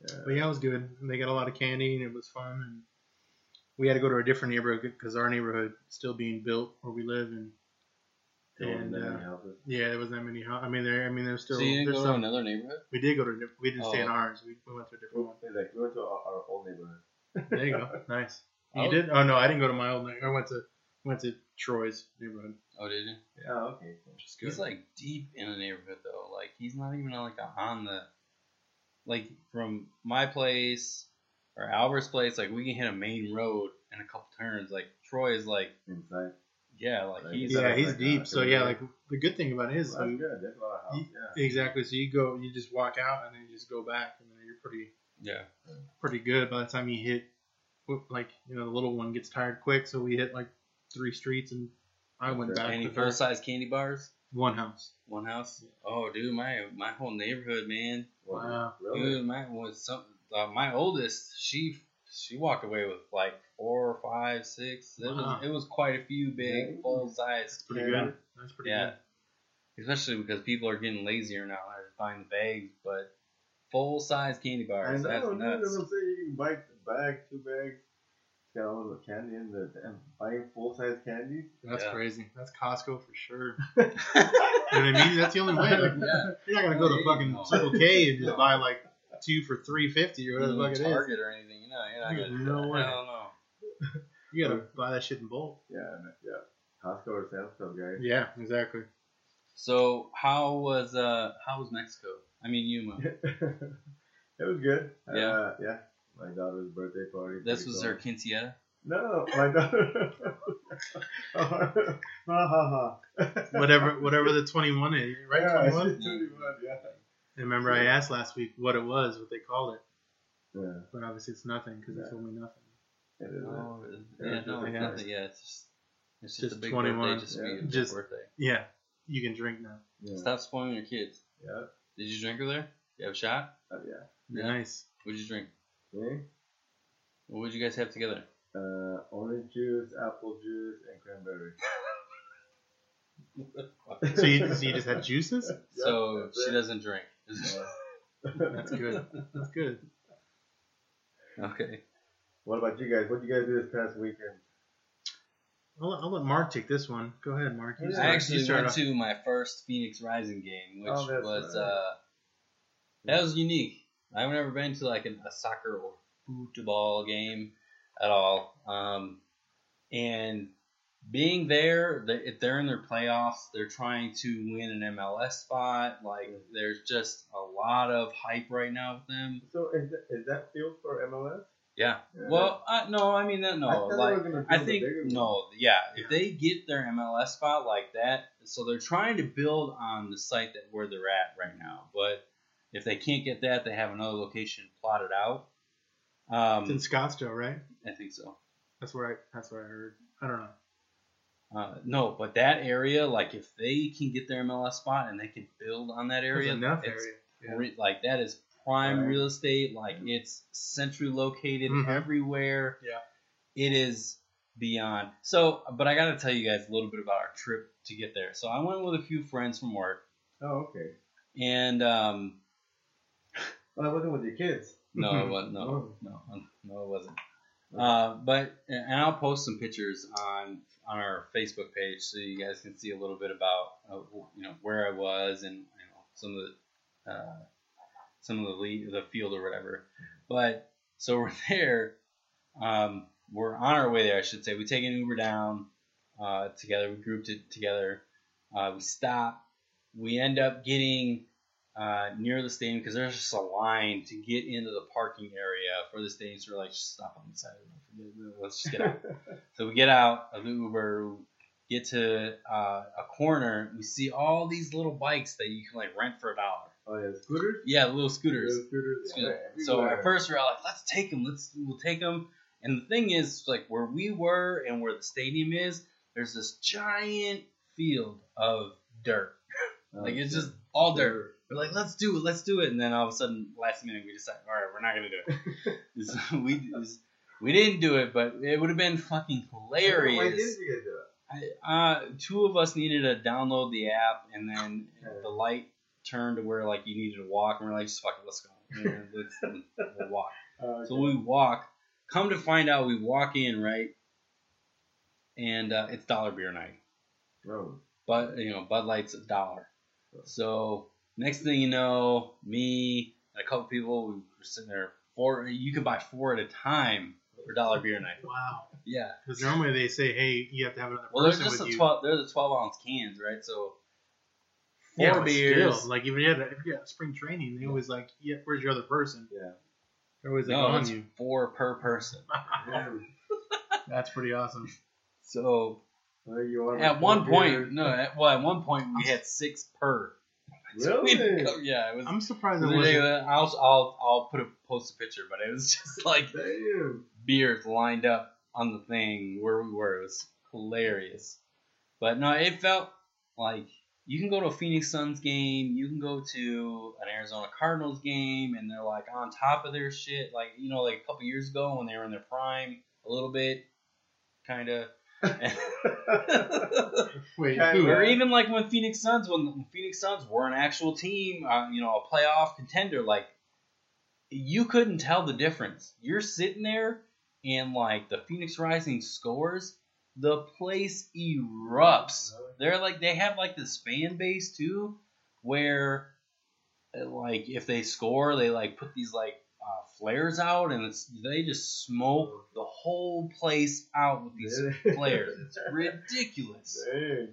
Speaker 4: Yeah.
Speaker 3: But yeah, it was good. They got a lot of candy and it was fun. And we had to go to a different neighborhood because our neighborhood is still being built where we live. And And,
Speaker 4: Don't
Speaker 3: uh,
Speaker 4: really help it.
Speaker 3: yeah, there wasn't that many. hou- I mean, there. I mean, there's still.
Speaker 2: so you didn't
Speaker 3: there's
Speaker 2: go to
Speaker 3: some,
Speaker 2: another neighborhood?
Speaker 3: we did go to. a diff- We didn't stay in
Speaker 2: Oh.
Speaker 3: ours. We, we went to a different one.
Speaker 4: It's like we went to our, our old neighborhood.
Speaker 3: There you go. Nice. You
Speaker 2: Oh.
Speaker 3: did? Oh no, I didn't go to my old. night. I went to went to Troy's neighborhood.
Speaker 2: Oh, did you?
Speaker 4: Oh, okay. cool.
Speaker 3: Which is good.
Speaker 2: He's like deep in the neighborhood though. Like he's not even on like a, on the like from my place or Albert's place. Like we can hit a main road and a couple turns. Like Troy is like
Speaker 4: Inside.
Speaker 2: yeah, like he's
Speaker 4: up
Speaker 3: yeah, he's
Speaker 4: like
Speaker 3: deep.
Speaker 4: that,
Speaker 3: So
Speaker 4: so
Speaker 3: yeah,
Speaker 4: yeah.
Speaker 3: like the good thing about it is
Speaker 4: That's
Speaker 3: like,
Speaker 4: good. That's a lot of
Speaker 3: you-
Speaker 4: house. Yeah.
Speaker 3: exactly. So you go, you just walk out, and then you just go back, and then you're pretty
Speaker 2: yeah.
Speaker 3: pretty good by the time you hit. Like you know, the little one gets tired quick, so we hit like three streets, and I went
Speaker 4: That's
Speaker 3: back
Speaker 2: Any
Speaker 3: to
Speaker 2: full
Speaker 3: her
Speaker 2: size candy bars,
Speaker 3: one house.
Speaker 2: one house. Oh, dude, my my whole neighborhood, man.
Speaker 3: Wow.
Speaker 4: Really?
Speaker 2: Dude, my was some uh, my oldest. She she walked away with like four, five, six. It
Speaker 3: Wow.
Speaker 2: was it was quite a few big
Speaker 4: Yeah.
Speaker 2: full size.
Speaker 3: Pretty good. That's pretty
Speaker 2: Yeah. Especially because people are getting lazier now. They're just buying the bags, but full size candy
Speaker 4: I
Speaker 2: bars. That's
Speaker 4: know. Dude, I'm
Speaker 2: nuts.
Speaker 4: saying you can buy a bag, two bags, get all the candy in the and buy full size candy.
Speaker 3: good. That's
Speaker 2: Yeah.
Speaker 3: crazy. That's Costco for sure. You know what I mean? That's the only way. Like,
Speaker 2: Yeah.
Speaker 3: You're not gonna go to
Speaker 2: Yeah,
Speaker 3: fucking
Speaker 2: no.
Speaker 3: Circle K and just buy like two for three fifty or whatever the
Speaker 2: Even
Speaker 3: fuck it is.
Speaker 2: Target or anything, you know, you're not gonna
Speaker 3: Dude,
Speaker 2: do
Speaker 3: no
Speaker 2: that.
Speaker 3: way.
Speaker 2: I don't know.
Speaker 3: You gotta buy that shit in bulk.
Speaker 4: Yeah, I know, yeah. Costco or Sam's Club, guys.
Speaker 3: Yeah, exactly.
Speaker 2: So how was uh how was Mexico? I mean Yuma.
Speaker 4: it was good.
Speaker 2: Yeah.
Speaker 4: Uh, yeah. My daughter's birthday party.
Speaker 2: This
Speaker 4: pretty
Speaker 2: was
Speaker 4: cool.
Speaker 2: their quinceañera.
Speaker 4: No, my daughter. ha ha ha.
Speaker 3: Whatever, whatever the twenty one is, right?
Speaker 4: Yeah,
Speaker 3: Twenty
Speaker 4: it's
Speaker 3: one.
Speaker 4: 21, yeah.
Speaker 3: I remember I asked last week what it was, what they called it,
Speaker 4: Yeah.
Speaker 3: but obviously it's nothing because it's only nothing.
Speaker 4: It is. uh,
Speaker 2: Oh, it-
Speaker 4: Yeah,
Speaker 2: yeah, no,
Speaker 4: yeah.
Speaker 2: it's nothing. Yeah, it's just it's just,
Speaker 3: Just
Speaker 2: a big
Speaker 3: 21,
Speaker 2: birthday. Just to be
Speaker 4: yeah.
Speaker 2: a big
Speaker 3: Just-
Speaker 2: birthday.
Speaker 3: Yeah, you can drink now.
Speaker 4: Yeah.
Speaker 2: Stop spoiling your kids.
Speaker 4: Yeah.
Speaker 2: Did you drink her there? You have a shot?
Speaker 4: Oh, yeah.
Speaker 2: Yeah.
Speaker 3: Nice.
Speaker 2: What'd you drink?
Speaker 4: Okay.
Speaker 2: What would you guys have together?
Speaker 4: Uh, orange juice, apple juice, and cranberry.
Speaker 3: So you, so you just had juices?
Speaker 4: Yeah,
Speaker 2: so
Speaker 4: that's
Speaker 2: she
Speaker 4: it.
Speaker 2: doesn't drink.
Speaker 4: Uh,
Speaker 3: That's good. That's good.
Speaker 2: okay.
Speaker 4: what about you guys? What you guys do this past weekend?
Speaker 3: I'll, I'll let Mark take this one. Go ahead, Mark. You
Speaker 4: I
Speaker 2: I
Speaker 3: start- you
Speaker 2: actually
Speaker 3: start
Speaker 2: went
Speaker 3: off.
Speaker 2: to my first Phoenix Rising game, which
Speaker 4: Oh, that's
Speaker 2: was
Speaker 4: right.
Speaker 2: uh, that was unique. I've never been to like an, a soccer or football game at all. Um, and being there, they, if they're in their playoffs, they're trying to win an MLS spot. Like there's just a lot of hype right now with them.
Speaker 4: So is that, is that field for MLS?
Speaker 2: Yeah.
Speaker 4: Yeah.
Speaker 2: Well, uh, no, I mean that no.
Speaker 4: I thought they
Speaker 2: like
Speaker 4: were gonna
Speaker 2: I
Speaker 4: build a
Speaker 2: think
Speaker 4: bigger one.
Speaker 2: no, yeah. If they get their MLS spot like that, so they're trying to build on the site that where they're at right now. But if they can't get that, they have another location plotted out.
Speaker 3: It's in
Speaker 2: Um,
Speaker 3: Scottsdale, right?
Speaker 2: I think so.
Speaker 3: That's where I. That's where I heard. I don't know.
Speaker 2: Uh, no, but that area, like if they can get their MLS spot and they can build on that
Speaker 3: There's
Speaker 2: area,
Speaker 3: enough
Speaker 2: it's
Speaker 3: area. Yeah. Mm-hmm.
Speaker 2: re- like that is prime
Speaker 4: Right.
Speaker 2: real estate. Like it's centrally located
Speaker 3: Mhm.
Speaker 2: everywhere.
Speaker 3: Yeah.
Speaker 2: it is beyond. So, but I got to tell you guys a little bit about our trip to get there. So I went with a few friends from work,
Speaker 4: Oh, okay.
Speaker 2: and um,
Speaker 4: Well, I wasn't with your kids.
Speaker 2: no, it wasn't. No,
Speaker 4: Oh.
Speaker 2: no, no, it wasn't. Uh, but and I'll post some pictures on on our Facebook page so you guys can see a little bit about uh, you know where I was and you know, some of the uh, some of the lead, the field or whatever. But so we're there. Um, we're on our way there, I should say. We take an Uber down uh, together. We grouped it together. Uh, we stop. We end up getting uh, near the stadium because there's just a line to get into the parking area for the stadium. So we're like, just stop on the side. of the road. Let's just get out. so we get out of the Uber, get to uh, a corner. We see all these little bikes that you can like rent for a dollar.
Speaker 4: Oh yeah, scooters.
Speaker 2: Yeah, the little scooters.
Speaker 4: Little Scooters.
Speaker 2: Scooters.
Speaker 4: Yeah,
Speaker 2: So
Speaker 4: everywhere.
Speaker 2: at first we we're like, let's take them. Let's we'll take them. And the thing is, like where we were and where the stadium is, there's this giant field of dirt.
Speaker 4: Oh,
Speaker 2: Like it's
Speaker 4: yeah.
Speaker 2: just all dirt. We're like, let's do it, let's do it. And then all of a sudden, last minute, we decide, all right, we're not gonna do it. So we it was- we didn't do it, but it would have been fucking
Speaker 4: Why didn't
Speaker 2: hilarious.
Speaker 4: Oh, you guys do that?
Speaker 2: I, uh, two of us needed to download the app, and then
Speaker 4: Yeah.
Speaker 2: the light turned to where like you needed to walk, and we're like, just fuck it, let's go, And let's we'll walk.
Speaker 4: Uh,
Speaker 2: So we walk. Come to find out, we walk in right, and uh, it's dollar beer night.
Speaker 4: Rome.
Speaker 2: Bud, you know, Bud Light's a dollar. So next thing you know, me and a couple people, we were sitting there. Four, you could buy four at a time for dollar beer night.
Speaker 3: Wow.
Speaker 2: Yeah.
Speaker 3: Because normally they say, hey, you have to have another
Speaker 2: Well, they're
Speaker 3: person
Speaker 2: just
Speaker 3: with
Speaker 2: the
Speaker 3: you.
Speaker 2: twelve. They're the twelve ounce cans, right? So four
Speaker 3: yeah, but
Speaker 2: beers.
Speaker 3: Still, like if you had if you had spring training, they always like, yeah, where's your other person?
Speaker 4: Yeah.
Speaker 3: They're always like
Speaker 2: no,
Speaker 3: on
Speaker 2: it's
Speaker 3: you.
Speaker 2: four per person.
Speaker 3: That's pretty awesome.
Speaker 2: So
Speaker 4: Well, you ordered
Speaker 2: at
Speaker 4: four
Speaker 2: one
Speaker 4: beers.
Speaker 2: point, no, at, well, at one point we had six per. So we didn't
Speaker 4: Really?
Speaker 2: go- yeah, it was.
Speaker 3: I'm surprised
Speaker 2: it
Speaker 3: it
Speaker 2: was
Speaker 3: wasn't.
Speaker 2: ridiculous. I'll, I'll I'll put a post a picture, but it was just like
Speaker 4: Damn.
Speaker 2: beers lined up on the thing where we were. It was hilarious. But no, it felt like you can go to a Phoenix Suns game, you can go to an Arizona Cardinals game, and they're like on top of their shit. Like, you know, like a couple years ago when they were in their prime a little bit, kind of.
Speaker 3: Wait,
Speaker 4: Yeah,
Speaker 3: who?
Speaker 2: or even like when Phoenix Suns, when the Phoenix Suns were an actual team, uh, you know, a playoff contender, like you couldn't tell the difference. You're sitting there, and like the Phoenix Rising scores, the place erupts. They're like they have like this fan base too, where uh, like if they score, they like put these like uh, flares out, and it's they just smoke the whole place out with these
Speaker 4: Really?
Speaker 2: flares. It's ridiculous.
Speaker 4: Dang.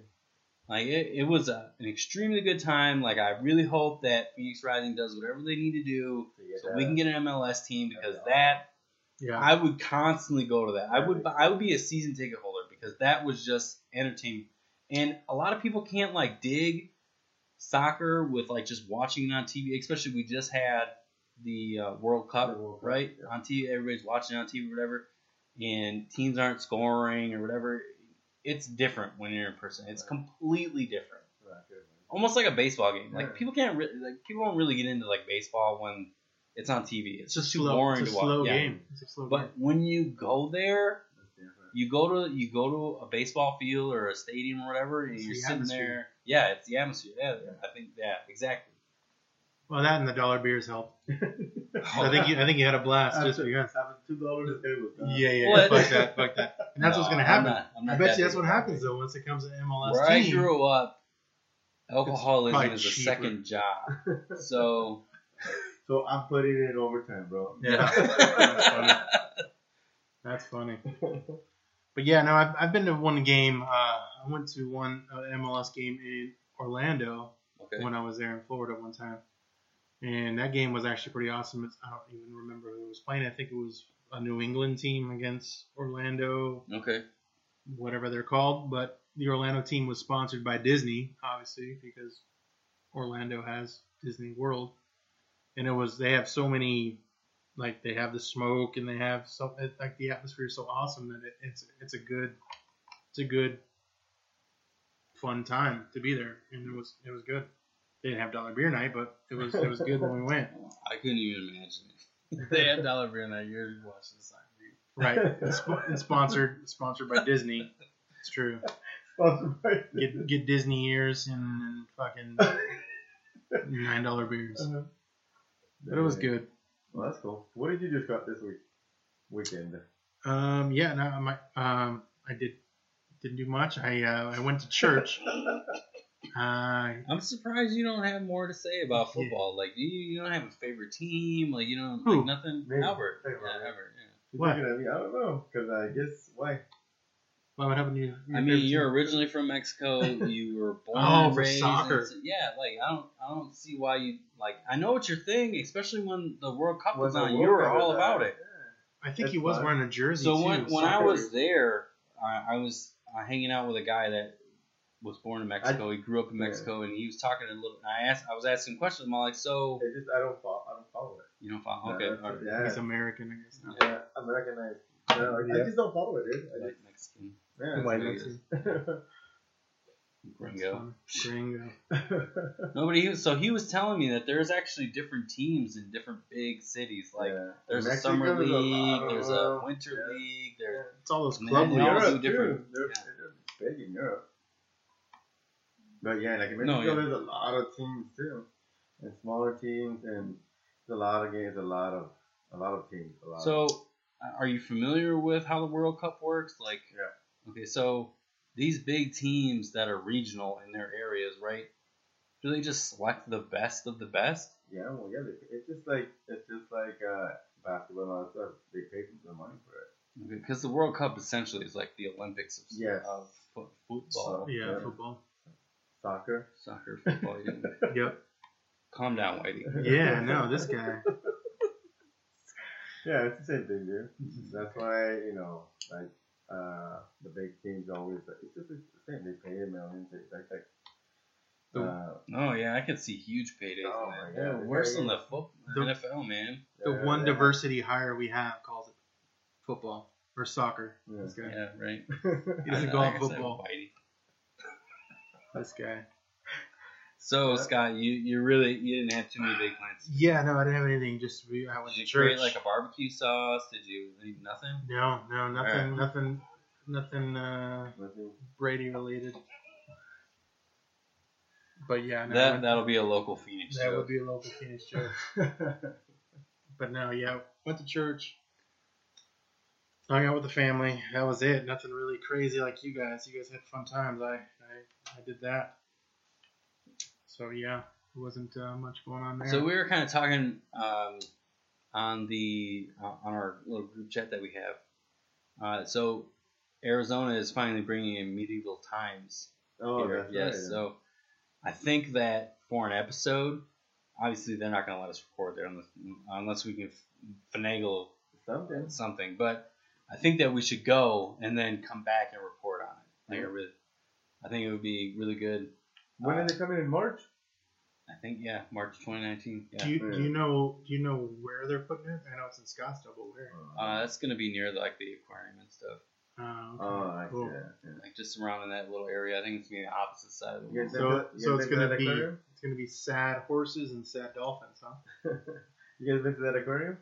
Speaker 2: Like it, it was a, an extremely good time. Like I really hope that Phoenix Rising does whatever they need to do
Speaker 4: To get
Speaker 2: so
Speaker 4: that.
Speaker 2: we can get an MLS team because
Speaker 4: Yeah.
Speaker 2: that
Speaker 3: Yeah.
Speaker 2: I would constantly go to that. I would bu- I would be a season ticket holder because that was just entertainment. And a lot of people can't like dig soccer with like just watching it on TV. Especially we just had the uh, World Cup
Speaker 4: The World Cup,
Speaker 2: right
Speaker 4: yeah.
Speaker 2: on TV. Everybody's watching it on TV, or whatever, and teams aren't scoring or whatever. It's different when you're in person. It's
Speaker 4: Right.
Speaker 2: completely different
Speaker 4: Not good, man.
Speaker 2: almost like a baseball game. Like
Speaker 4: Yeah.
Speaker 2: people can't re- like people don't really get into like baseball when it's on TV. It's just too
Speaker 3: slow,
Speaker 2: boring
Speaker 3: it's a
Speaker 2: to watch.
Speaker 3: slow
Speaker 2: Yeah.
Speaker 3: game. It's a slow game.
Speaker 2: But when you go there,
Speaker 4: That's different.
Speaker 2: you go to you go to a baseball field or a stadium or whatever, and
Speaker 3: It's
Speaker 2: you're
Speaker 3: the
Speaker 2: sitting
Speaker 3: atmosphere.
Speaker 2: there. Yeah, it's the atmosphere. Yeah,
Speaker 4: Yeah.
Speaker 2: I think yeah, exactly.
Speaker 3: Well, that and the dollar beers helped. I
Speaker 2: Oh,
Speaker 3: think you, I think you had a blast. Just
Speaker 4: After-
Speaker 3: because.
Speaker 4: after two dollars a table. huh?
Speaker 3: Yeah, yeah.
Speaker 2: Well,
Speaker 3: fuck
Speaker 2: it-
Speaker 3: that. Fuck that. And that's what's
Speaker 2: no,
Speaker 3: gonna
Speaker 2: I'm
Speaker 3: happen.
Speaker 2: not- I'm
Speaker 3: I
Speaker 2: not
Speaker 3: bet
Speaker 2: that
Speaker 3: you that's
Speaker 2: big
Speaker 3: what
Speaker 2: of a
Speaker 3: happens
Speaker 2: fan.
Speaker 3: though once it comes to MLS
Speaker 2: Where I
Speaker 3: team.
Speaker 2: grew up, alcoholism
Speaker 3: probably
Speaker 2: is a
Speaker 3: cheaper.
Speaker 2: second job. So
Speaker 4: So I'm putting it in overtime, bro.
Speaker 3: Yeah. That's funny. That's funny. But yeah, no, I've, I've been to one game. Uh, I went to one uh, MLS game in Orlando
Speaker 2: okay,
Speaker 3: when I was there in Florida one time, and that game was actually pretty awesome. It's, I don't even remember who was playing. I think it was a New England team against Orlando,
Speaker 2: okay,
Speaker 3: whatever they're called. But the Orlando team was sponsored by Disney, obviously, because Orlando has Disney World, and it was they have so many, like they have the smoke and they have so it, like the atmosphere is so awesome that it, it's it's a good it's a good fun time to be there, and it was it was good. They didn't have dollar beer night, but it was it was good when we went.
Speaker 2: I couldn't even imagine it. they have dollar beer night. You're watching soccer.
Speaker 3: Right, it's, sp- it's sponsored sponsored by Disney. It's true. Get get Disney ears and, and fucking nine dollar beers.
Speaker 4: Oh,
Speaker 3: But it was good.
Speaker 4: Uh-huh. Well, that's cool. What did you just got this week? Weekend.
Speaker 3: Um, yeah, no, I might- um, I did didn't do much. I uh, I went to church. uh,
Speaker 2: I'm surprised you don't have more to say about football. Like you, you don't have a favorite team. Like you don't
Speaker 3: Who?
Speaker 2: like nothing.
Speaker 4: Me.
Speaker 2: Albert.
Speaker 4: Hey,
Speaker 2: Yeah,
Speaker 4: Robert.
Speaker 2: Albert. Yeah.
Speaker 4: She's
Speaker 3: What?
Speaker 4: looking at me. I don't know, because I guess why?
Speaker 3: well, what happened to you?
Speaker 2: I mean, you're originally from Mexico. You were born
Speaker 3: Oh,
Speaker 2: and
Speaker 3: for
Speaker 2: raised. in-
Speaker 3: soccer.
Speaker 2: yeah, like I don't, I don't see why you like. I know it's your thing, especially when the World Cup was
Speaker 4: When the
Speaker 2: on. You
Speaker 4: World
Speaker 2: were
Speaker 4: Cup
Speaker 2: all
Speaker 4: is
Speaker 2: about
Speaker 4: on,
Speaker 2: it.
Speaker 3: I think he
Speaker 4: That's
Speaker 3: was
Speaker 4: fine.
Speaker 3: wearing a jersey.
Speaker 2: So
Speaker 3: too,
Speaker 2: when when I
Speaker 4: soccer.
Speaker 2: was there, I, I was uh, hanging out with a guy that was born in Mexico. he grew up in
Speaker 4: Yeah.
Speaker 2: Mexico, and he was talking a little. And I asked, I was asking questions. I'm all like, so
Speaker 4: It's just I don't follow. I don't follow it.
Speaker 2: you know, fine, Oh, okay,
Speaker 4: That's-
Speaker 2: all right.
Speaker 4: yeah.
Speaker 3: he's American, I guess. Now.
Speaker 4: Yeah, Americanized. No, like, I
Speaker 3: Yeah.
Speaker 4: just don't follow it, dude. I
Speaker 2: Like
Speaker 4: just,
Speaker 2: Mexican.
Speaker 4: yeah.
Speaker 2: White
Speaker 4: it's
Speaker 2: Mexican.
Speaker 4: weird.
Speaker 2: Gringo.
Speaker 3: That's fun. Gringo.
Speaker 2: Nobody. He was, so he was telling me that there's actually different teams in different big cities. Like
Speaker 4: Yeah.
Speaker 2: there's a
Speaker 4: Mexico
Speaker 2: summer
Speaker 4: is a lot
Speaker 2: league,
Speaker 4: of,
Speaker 2: there's
Speaker 4: uh,
Speaker 2: a winter
Speaker 4: yeah.
Speaker 2: league. There's
Speaker 3: It's all those
Speaker 2: Man,
Speaker 3: club
Speaker 2: they all
Speaker 3: leagues.
Speaker 2: do different.
Speaker 4: Europe, too. They're,
Speaker 2: Yeah.
Speaker 4: they're big in Europe. But yeah, like in
Speaker 2: No,
Speaker 4: Mexico,
Speaker 2: yeah.
Speaker 4: there's a lot of teams too, and smaller teams, and there's a lot of games, a lot of, a lot of teams, a lot. of,
Speaker 2: So, uh, are you familiar with how the World Cup works? Like, Okay, so these big teams that are regional in their areas, right? Do they just select the best of the best?
Speaker 4: yeah, well, yeah, they, it's just like it's just like uh, basketball and all that stuff. They pay them the money for it.
Speaker 2: because the World Cup essentially is like the Olympics of,
Speaker 4: Yes.
Speaker 2: of fo- football,
Speaker 4: Yeah,
Speaker 3: Yeah,
Speaker 4: Yeah.
Speaker 3: football.
Speaker 4: Soccer.
Speaker 2: soccer, football. yeah.
Speaker 3: Yep.
Speaker 2: Calm down, Whitey.
Speaker 3: Yeah, no, this guy.
Speaker 4: Yeah, it's the same thing, dude.
Speaker 3: Mm-hmm.
Speaker 4: That's why you know, like uh, the big teams always it's just the same. They pay millions. They like like.
Speaker 3: The-
Speaker 4: uh,
Speaker 2: Oh yeah, I could see huge paydays.
Speaker 4: Oh,
Speaker 2: in
Speaker 4: my
Speaker 2: that.
Speaker 4: God.
Speaker 2: They're worse than the football,
Speaker 3: The-
Speaker 2: NFL, man.
Speaker 3: The
Speaker 4: yeah,
Speaker 3: one
Speaker 4: yeah.
Speaker 3: diversity hire we have calls it football or soccer.
Speaker 4: Yeah.
Speaker 3: This guy.
Speaker 2: Yeah, right.
Speaker 3: He doesn't
Speaker 2: I-
Speaker 3: call
Speaker 2: I
Speaker 3: it
Speaker 2: guess I'm
Speaker 3: football.
Speaker 2: Whitey.
Speaker 3: This guy.
Speaker 2: So
Speaker 4: Yeah.
Speaker 2: Scott, you you really you didn't have too many big plans.
Speaker 3: Yeah, no, I didn't have anything. Just we, I went
Speaker 2: Did
Speaker 3: to
Speaker 2: you
Speaker 3: church.
Speaker 2: create like a barbecue sauce? Did you leave nothing?
Speaker 3: no, no, nothing,
Speaker 2: Alright.
Speaker 3: nothing, nothing uh,
Speaker 4: Nothing.
Speaker 3: Brady related. But yeah, no, I
Speaker 2: That
Speaker 3: went-
Speaker 2: that'll be a local Phoenix.
Speaker 3: that
Speaker 2: show.
Speaker 3: would be a local Phoenix joke. but no, yeah, went to church. Hung out with the family. That was it. Nothing really crazy like you guys. You guys had fun times. I I, I did that. So yeah, it wasn't uh, much going on there.
Speaker 2: So we were kind of talking um, on the uh, on our little group chat that we have. Uh, so Arizona is finally bringing in medieval times.
Speaker 4: Oh,
Speaker 2: here.
Speaker 4: that's
Speaker 2: yes.
Speaker 4: right.
Speaker 2: So I think that for an episode, obviously they're not going to let us record there unless, unless we can finagle
Speaker 4: something.
Speaker 2: something. But I think that we should go and then come back and report on it. Like, I really- I think it would be really good.
Speaker 4: When
Speaker 2: Uh,
Speaker 4: did they come in in March?
Speaker 2: I think yeah, March 2019. Yeah.
Speaker 3: do you do
Speaker 4: Yeah.
Speaker 3: you know do you know where they're putting it? I know it's in Scottsdale, but where?
Speaker 2: Uh, that's gonna be near like the aquarium and stuff,
Speaker 3: Oh, okay.
Speaker 4: oh, I see.
Speaker 3: cool.
Speaker 4: Yeah, yeah.
Speaker 2: like just surrounding that little area. I think it's gonna be the opposite side of the
Speaker 4: You
Speaker 2: world.
Speaker 4: guys
Speaker 3: So-
Speaker 4: been to- you
Speaker 3: so
Speaker 4: guys
Speaker 3: it's
Speaker 4: been to
Speaker 3: gonna
Speaker 4: that
Speaker 3: be-
Speaker 4: aquarium?
Speaker 3: It's gonna be sad horses and sad dolphins, huh? Uh,
Speaker 4: You guys been to that aquarium?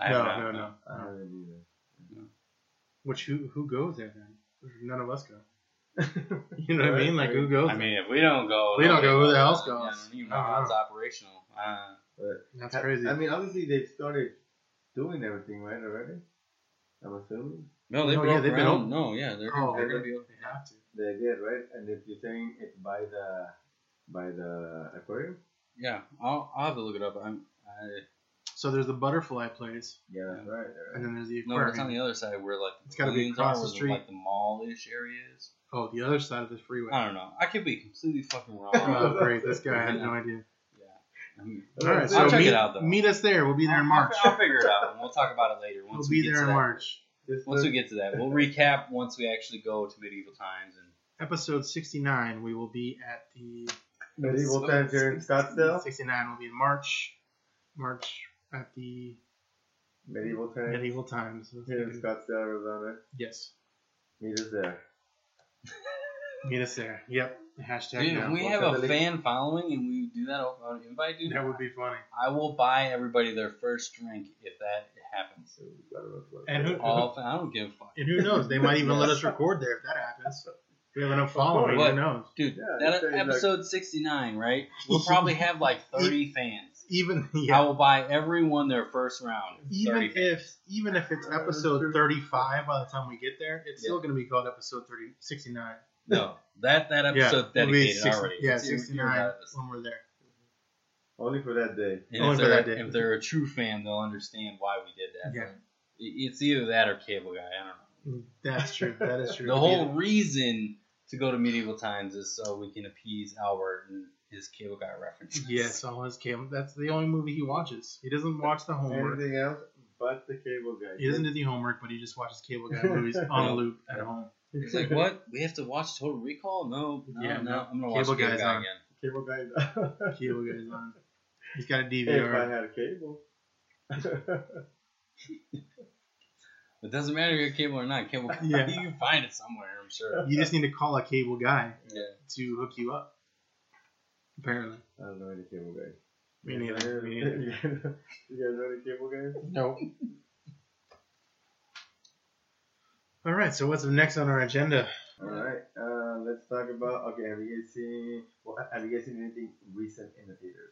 Speaker 4: Uh,
Speaker 2: I
Speaker 3: no,
Speaker 2: don't know.
Speaker 3: no, no, Uh,
Speaker 4: I haven't either.
Speaker 3: Which who who goes there then? None of us go. you know what I mean? Like who goes?
Speaker 2: I mean, if we don't go,
Speaker 3: We don't
Speaker 2: nobody
Speaker 3: go, who the hell's
Speaker 2: Yeah,
Speaker 3: going? Oh,
Speaker 2: I don't even know how it's operational. Uh,
Speaker 4: But
Speaker 3: that's crazy.
Speaker 4: I mean, obviously they started doing everything right already. I'm assuming.
Speaker 2: no, they
Speaker 3: No,
Speaker 2: broke
Speaker 3: yeah, they've been
Speaker 2: ground.
Speaker 3: open.
Speaker 2: No, yeah, they're,
Speaker 3: Oh,
Speaker 2: they're
Speaker 4: they-
Speaker 2: gonna be open.
Speaker 3: they have to.
Speaker 4: They did right, and if you're saying it's by the by the aquarium,
Speaker 2: Yeah, I'll, I'll have to look it up. I'm, I,
Speaker 3: So there's the butterfly place,
Speaker 4: yeah, that's right.
Speaker 3: and then there's the
Speaker 2: no,
Speaker 3: aquarium.
Speaker 2: it's on the other side where like
Speaker 3: It's gotta be
Speaker 2: pavilions
Speaker 3: across
Speaker 2: are,
Speaker 3: the
Speaker 2: where,
Speaker 3: street.
Speaker 2: like the mall-ish areas.
Speaker 3: oh, the other side of the freeway.
Speaker 2: I don't know. I could be completely fucking wrong.
Speaker 3: Oh, great! This guy had no idea.
Speaker 2: yeah. I'm-
Speaker 3: All right, so
Speaker 2: I'll check
Speaker 3: meet,
Speaker 2: it out, though.
Speaker 3: meet us there. We'll be there in
Speaker 2: I'll-
Speaker 3: March.
Speaker 2: I'll, figure it out, and we'll talk about it later. Once
Speaker 3: We'll
Speaker 2: we
Speaker 3: be
Speaker 2: get
Speaker 3: there
Speaker 2: to
Speaker 3: in
Speaker 2: that.
Speaker 3: March.
Speaker 4: Just
Speaker 2: Once we
Speaker 4: look-
Speaker 2: get to that, we'll recap once we actually go to medieval times and
Speaker 3: Episode 69. We will be at the
Speaker 4: medieval times here in Scottsdale,
Speaker 3: 69 will be in March. March at the
Speaker 4: medieval times
Speaker 3: medieval times.
Speaker 4: here in Scottsdale, Arizona.
Speaker 3: Yes.
Speaker 4: Meet us there.
Speaker 3: Meet us there. Yep. Hashtag
Speaker 2: Dude,
Speaker 3: no.
Speaker 2: if we
Speaker 4: Well,
Speaker 2: have
Speaker 4: Catholic-
Speaker 2: a fan following and we do that on invite, dude,
Speaker 3: That would be funny.
Speaker 2: I will buy everybody their first drink if that happens.
Speaker 4: So we got a reflection.
Speaker 3: And who-
Speaker 2: All I don't give a fuck.
Speaker 3: And who knows? They might even let us record there if that happens. We have enough following.
Speaker 2: What?
Speaker 3: Who knows?
Speaker 2: Dude,
Speaker 4: Yeah,
Speaker 2: that
Speaker 4: it's like-
Speaker 2: episode 69, right? We'll probably have like 30 fans.
Speaker 3: Even
Speaker 2: I
Speaker 3: yeah.
Speaker 2: will buy everyone their first round. of 30
Speaker 3: Even
Speaker 2: fans.
Speaker 3: if even if it's episode 35 by the time we get there, it's still going to be called episode 30, 69.
Speaker 2: No, that, that
Speaker 3: Yeah,
Speaker 2: episode's
Speaker 3: it'll be
Speaker 2: dedicated
Speaker 3: six-
Speaker 2: already.
Speaker 3: Yeah,
Speaker 2: It's- you're-
Speaker 3: 69
Speaker 2: you're about this.
Speaker 3: when we're there.
Speaker 4: Only for that day.
Speaker 2: And
Speaker 3: Only
Speaker 2: if,
Speaker 3: for
Speaker 2: they're,
Speaker 3: that day.
Speaker 2: if they're a true fan, they'll understand why we did that.
Speaker 3: Yeah.
Speaker 2: It- It's either that or Cable Guy. I don't know.
Speaker 3: That's true. That is true.
Speaker 2: The whole reason to go to medieval times is so we can appease Albert and his cable guy references.
Speaker 3: Yes, all his cable. That's the only movie he watches. He doesn't watch the homework.
Speaker 4: Anything else but the cable guy.
Speaker 3: He doesn't do the homework, but he just watches cable guy movies on a loop at home.
Speaker 2: It's like, what? We have to watch Total Recall? No, no,
Speaker 3: Yeah,
Speaker 2: no.
Speaker 3: no.
Speaker 2: I'm going to watch
Speaker 3: Cable
Speaker 2: Cable,
Speaker 3: Guy's
Speaker 2: Guy
Speaker 3: on.
Speaker 2: again.
Speaker 4: Cable guy.
Speaker 3: Cable guy's on. He's got a
Speaker 4: if I
Speaker 3: DVR.
Speaker 4: had a cable.
Speaker 2: It doesn't matter if you're cable or not. Cable guy,
Speaker 3: Yeah.
Speaker 2: you can find it somewhere, I'm sure.
Speaker 3: You just need to call a cable guy
Speaker 2: Yeah.
Speaker 3: to hook you up. Apparently.
Speaker 4: I don't know any cable guys.
Speaker 3: Me neither, me neither.
Speaker 4: you guys know any cable guys?
Speaker 3: No. All right. So what's next on our agenda?
Speaker 4: All right, uh, let's talk about. Okay, have you guys seen? Well, have you guys seen anything recent in the theaters?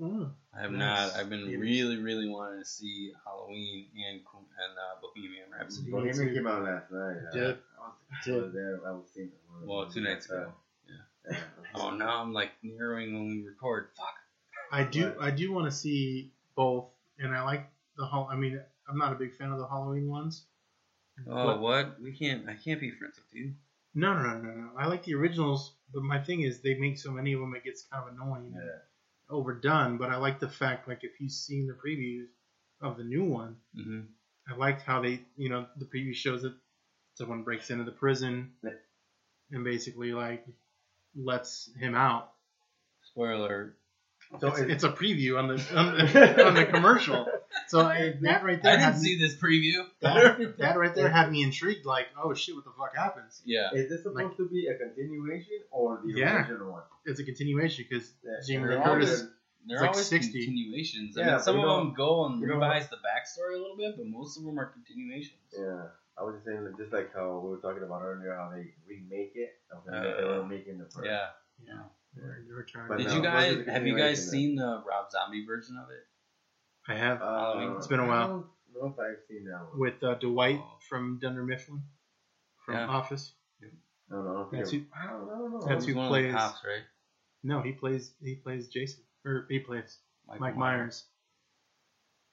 Speaker 4: Hmm.
Speaker 2: I have
Speaker 3: Nice.
Speaker 2: not. I've been
Speaker 3: Yeah.
Speaker 2: really, really wanting to see Halloween and Qu- and uh, Bohemian Rhapsody.
Speaker 3: Mhm.
Speaker 4: Bohemian came out last night. huh?
Speaker 3: Yeah.
Speaker 4: I was, I was there. I was seeing. it.
Speaker 2: Well, two nights ago.
Speaker 4: Yeah.
Speaker 2: Oh, now I'm like narrowing when we record. Fuck.
Speaker 3: I do. I do want to see both, and I like the hall. I mean, I'm not a big fan of the Halloween ones,
Speaker 2: Oh,
Speaker 3: What?
Speaker 2: what? We can't. I can't be friends with you.
Speaker 3: No, no, no, no, no. I like the originals, but my thing is they make so many of them it gets kind of annoying and
Speaker 4: Yeah.
Speaker 3: overdone. But I like the fact, like, if you've seen the previews of the new one,
Speaker 2: hmm
Speaker 3: I liked how they, you know, the preview shows that someone breaks into the prison
Speaker 4: Yeah.
Speaker 3: and basically like lets him out.
Speaker 2: Spoiler.
Speaker 4: So
Speaker 3: it's,
Speaker 4: it-
Speaker 3: it's a preview on the on the, on the commercial. So I, that right
Speaker 2: I
Speaker 3: there,
Speaker 2: didn't
Speaker 3: had
Speaker 2: see
Speaker 3: me,
Speaker 2: this preview.
Speaker 3: that, that right there had me intrigued. Like, oh shit, what the fuck happens?
Speaker 2: Yeah.
Speaker 4: Is this supposed to be a continuation or the
Speaker 3: Yeah.
Speaker 4: original one?
Speaker 3: It's a continuation because
Speaker 4: Yeah.
Speaker 3: Jamie Lee
Speaker 4: And they're all
Speaker 3: Curtis
Speaker 4: good.
Speaker 2: They're
Speaker 3: It's like
Speaker 2: always
Speaker 3: 60.
Speaker 2: continuations. I
Speaker 4: Yeah,
Speaker 2: mean, some
Speaker 4: we
Speaker 2: of them
Speaker 4: don't-
Speaker 2: go and
Speaker 4: we don't-
Speaker 2: revise the backstory a little bit, but most of them are continuations.
Speaker 4: Yeah. I was just saying that just like how we were talking about earlier, how they remake it. I was thinking that they
Speaker 2: Uh,
Speaker 4: were making the first.
Speaker 2: Yeah.
Speaker 3: They're- they're trying
Speaker 4: But
Speaker 3: to-
Speaker 2: Did
Speaker 4: no,
Speaker 2: you
Speaker 4: it
Speaker 2: guys?
Speaker 4: wasn't a
Speaker 2: Have you guys seen
Speaker 4: continuation,
Speaker 2: the Rob Zombie version of it?
Speaker 3: I have
Speaker 4: Uh,
Speaker 3: It's been a while.
Speaker 4: I don't know if I've seen that one.
Speaker 3: with uh, Dwight from Dunder Mifflin from
Speaker 2: Oh. Yeah.
Speaker 3: Office.
Speaker 4: No, no, I don't think
Speaker 3: That's
Speaker 4: I-
Speaker 3: who,
Speaker 4: I don't, I don't know.
Speaker 3: That's
Speaker 2: He was
Speaker 3: who
Speaker 2: one
Speaker 3: plays-
Speaker 2: of the cops, right?
Speaker 3: no, he plays he plays Jason or he plays
Speaker 2: Michael
Speaker 3: Mike
Speaker 2: Myers.
Speaker 3: Myers.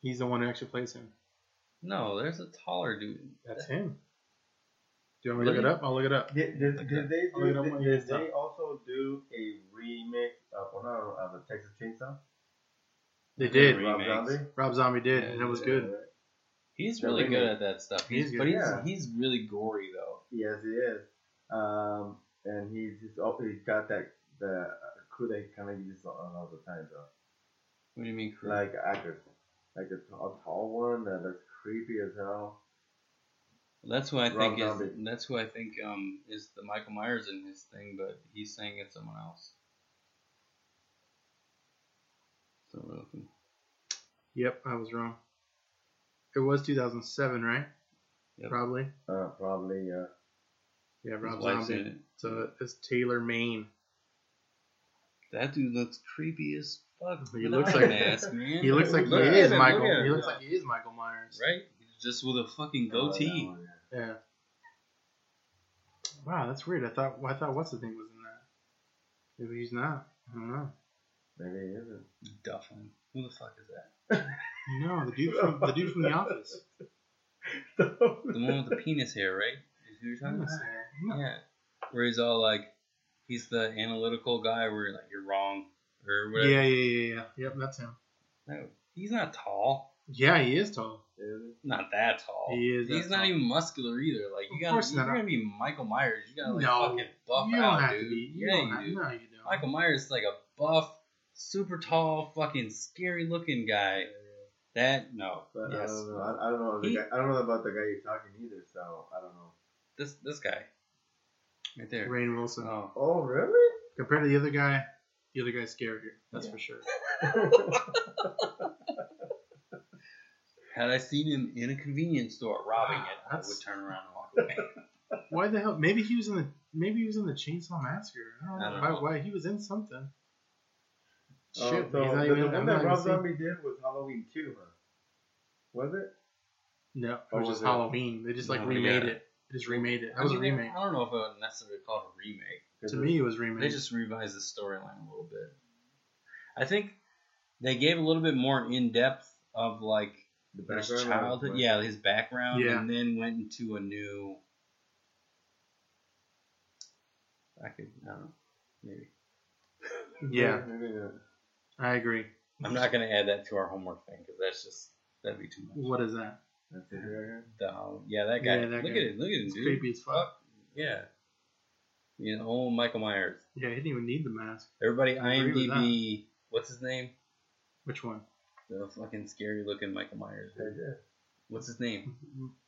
Speaker 3: He's the one who actually plays him.
Speaker 2: No, there's a taller dude.
Speaker 3: That's him. Do you want me to look it
Speaker 2: Really?
Speaker 3: up? I'll look it up.
Speaker 4: Did, did, did they
Speaker 3: I'll look it
Speaker 4: do,
Speaker 3: up
Speaker 4: did,
Speaker 3: when
Speaker 4: did
Speaker 3: it's
Speaker 4: they also do a remake of well, no, of the Texas Chainsaw?
Speaker 3: They
Speaker 2: They did.
Speaker 3: did.
Speaker 2: Remakes.
Speaker 4: Rob Zombie?
Speaker 3: Rob Zombie did,
Speaker 2: Yeah,
Speaker 3: and it was
Speaker 4: Yeah,
Speaker 3: good.
Speaker 4: right.
Speaker 2: He's
Speaker 4: Yeah,
Speaker 2: really
Speaker 4: they
Speaker 2: good
Speaker 4: did.
Speaker 2: at that stuff.
Speaker 3: He is
Speaker 2: He's,
Speaker 3: good.
Speaker 2: but he's
Speaker 4: Yeah.
Speaker 2: he's really gory though.
Speaker 4: Yes, he is. Um, and he's just oh, he's got that the crew that kind of uses on all the time though,
Speaker 2: What do you mean? Crew?
Speaker 4: like actors, like the tall, tall one that looks creepy as hell.
Speaker 2: That's who I
Speaker 4: Rob
Speaker 2: think is.
Speaker 4: Zombie.
Speaker 2: That's who I think um, is the Michael Myers in his thing, but he's saying it's someone else. So we're looking.
Speaker 3: Yep, I was wrong. It was 2007, right?
Speaker 2: Yep.
Speaker 3: Probably.
Speaker 4: Uh, probably uh,
Speaker 3: Yeah,
Speaker 2: His
Speaker 3: Rob
Speaker 2: wife's in
Speaker 3: Zombie.
Speaker 2: it.
Speaker 3: So it's Taylor Maine.
Speaker 2: That dude looks creepy as fuck.
Speaker 3: He
Speaker 2: with
Speaker 3: looks
Speaker 2: an
Speaker 3: like-
Speaker 2: ass, man.
Speaker 3: He looks like he
Speaker 2: Look at
Speaker 3: is
Speaker 2: him,
Speaker 3: Michael.
Speaker 2: look at him.
Speaker 3: He looks like he is Michael Myers.
Speaker 2: right, just with a fucking
Speaker 4: oh, that
Speaker 2: goatee.
Speaker 4: one, yeah.
Speaker 3: Yeah. Wow, that's weird. I thought I thought what's his name was in that. Maybe he's not. I don't know.
Speaker 4: Maybe he isn't.
Speaker 2: Duffin. Who the fuck is that?
Speaker 3: No, the dude from the dude from the office.
Speaker 2: The one with the penis hair, right? Is who you're talking about?
Speaker 3: No.
Speaker 2: Yeah. Where he's all like, he's the analytical guy where you're like, you're wrong, or whatever.
Speaker 3: Yeah, yeah, yeah, yeah. Yep, that's him.
Speaker 2: No, he's not tall.
Speaker 3: Yeah, he is tall.
Speaker 4: Is
Speaker 2: Not that tall.
Speaker 3: He is that
Speaker 2: He's not
Speaker 3: tall.
Speaker 2: even muscular either. Like you
Speaker 3: Of
Speaker 2: got,
Speaker 3: course
Speaker 2: you're
Speaker 3: not.
Speaker 2: gonna be Michael Myers. You gotta like
Speaker 3: No,
Speaker 2: fucking buff
Speaker 3: you don't
Speaker 2: out,
Speaker 3: have
Speaker 2: dude.
Speaker 3: to be. You
Speaker 2: yeah,
Speaker 3: don't have,
Speaker 2: you do.
Speaker 3: No, you don't.
Speaker 2: Michael Myers is like a buff, super tall, fucking scary looking guy. That no,
Speaker 4: But I
Speaker 2: yes,
Speaker 3: uh,
Speaker 4: don't know. I, I don't know. The
Speaker 2: He-
Speaker 4: guy, I don't know about the guy you're talking either. So I don't know.
Speaker 2: this this guy, right there.
Speaker 3: Rain Wilson.
Speaker 2: Oh,
Speaker 4: Oh really?
Speaker 3: Compared to the other guy, the other guy's scarier. That's
Speaker 2: Yeah.
Speaker 3: for sure.
Speaker 2: had I seen him in a convenience store robbing
Speaker 3: Wow,
Speaker 2: it, I
Speaker 3: that's-
Speaker 2: would turn around and walk away.
Speaker 3: Why the hell? Maybe he was in the maybe he was in the Chainsaw Massacre. I don't know,
Speaker 2: I don't
Speaker 3: why,
Speaker 2: know.
Speaker 3: why he was in something. Shit,
Speaker 4: Oh, so
Speaker 3: he's not
Speaker 4: the,
Speaker 3: even.
Speaker 4: the
Speaker 3: I'm not
Speaker 4: one that
Speaker 3: even
Speaker 4: Rob
Speaker 3: seeing-
Speaker 4: Zombie did was Halloween 2, huh? Was it?
Speaker 3: No, it
Speaker 4: Or
Speaker 3: was
Speaker 4: was
Speaker 3: just
Speaker 4: it-
Speaker 3: Halloween. They just like
Speaker 2: No,
Speaker 3: remade
Speaker 2: yeah.
Speaker 3: it. They just remade it. That was a
Speaker 2: I mean,
Speaker 3: remake.
Speaker 2: I don't know if it would necessarily be called a remake.
Speaker 3: To me, it was remade.
Speaker 2: They just revised the storyline a little bit. I think they gave a little bit more in depth of like
Speaker 4: the
Speaker 2: his
Speaker 4: background
Speaker 2: childhood,
Speaker 4: was-
Speaker 2: yeah, his background,
Speaker 3: Yeah.
Speaker 2: and then went into a new. I could, I don't know, maybe.
Speaker 3: yeah,
Speaker 4: Maybe not.
Speaker 3: I agree.
Speaker 2: I'm not gonna add that to our homework thing because that's just that'd be too much.
Speaker 3: What is that?
Speaker 4: That's it right
Speaker 2: The Hall- yeah, that guy.
Speaker 3: Yeah, that
Speaker 2: look
Speaker 3: guy.
Speaker 2: at it. Look at him,
Speaker 3: It's
Speaker 2: dude.
Speaker 3: creepy as fuck.
Speaker 2: Yeah. You know, old Michael Myers.
Speaker 3: Yeah, he didn't even need the mask.
Speaker 2: Everybody,
Speaker 3: I agree with
Speaker 2: IMDb. What's his name?
Speaker 3: Which one?
Speaker 2: The fucking scary looking Michael Myers.
Speaker 4: here. That's it.
Speaker 2: What's his name?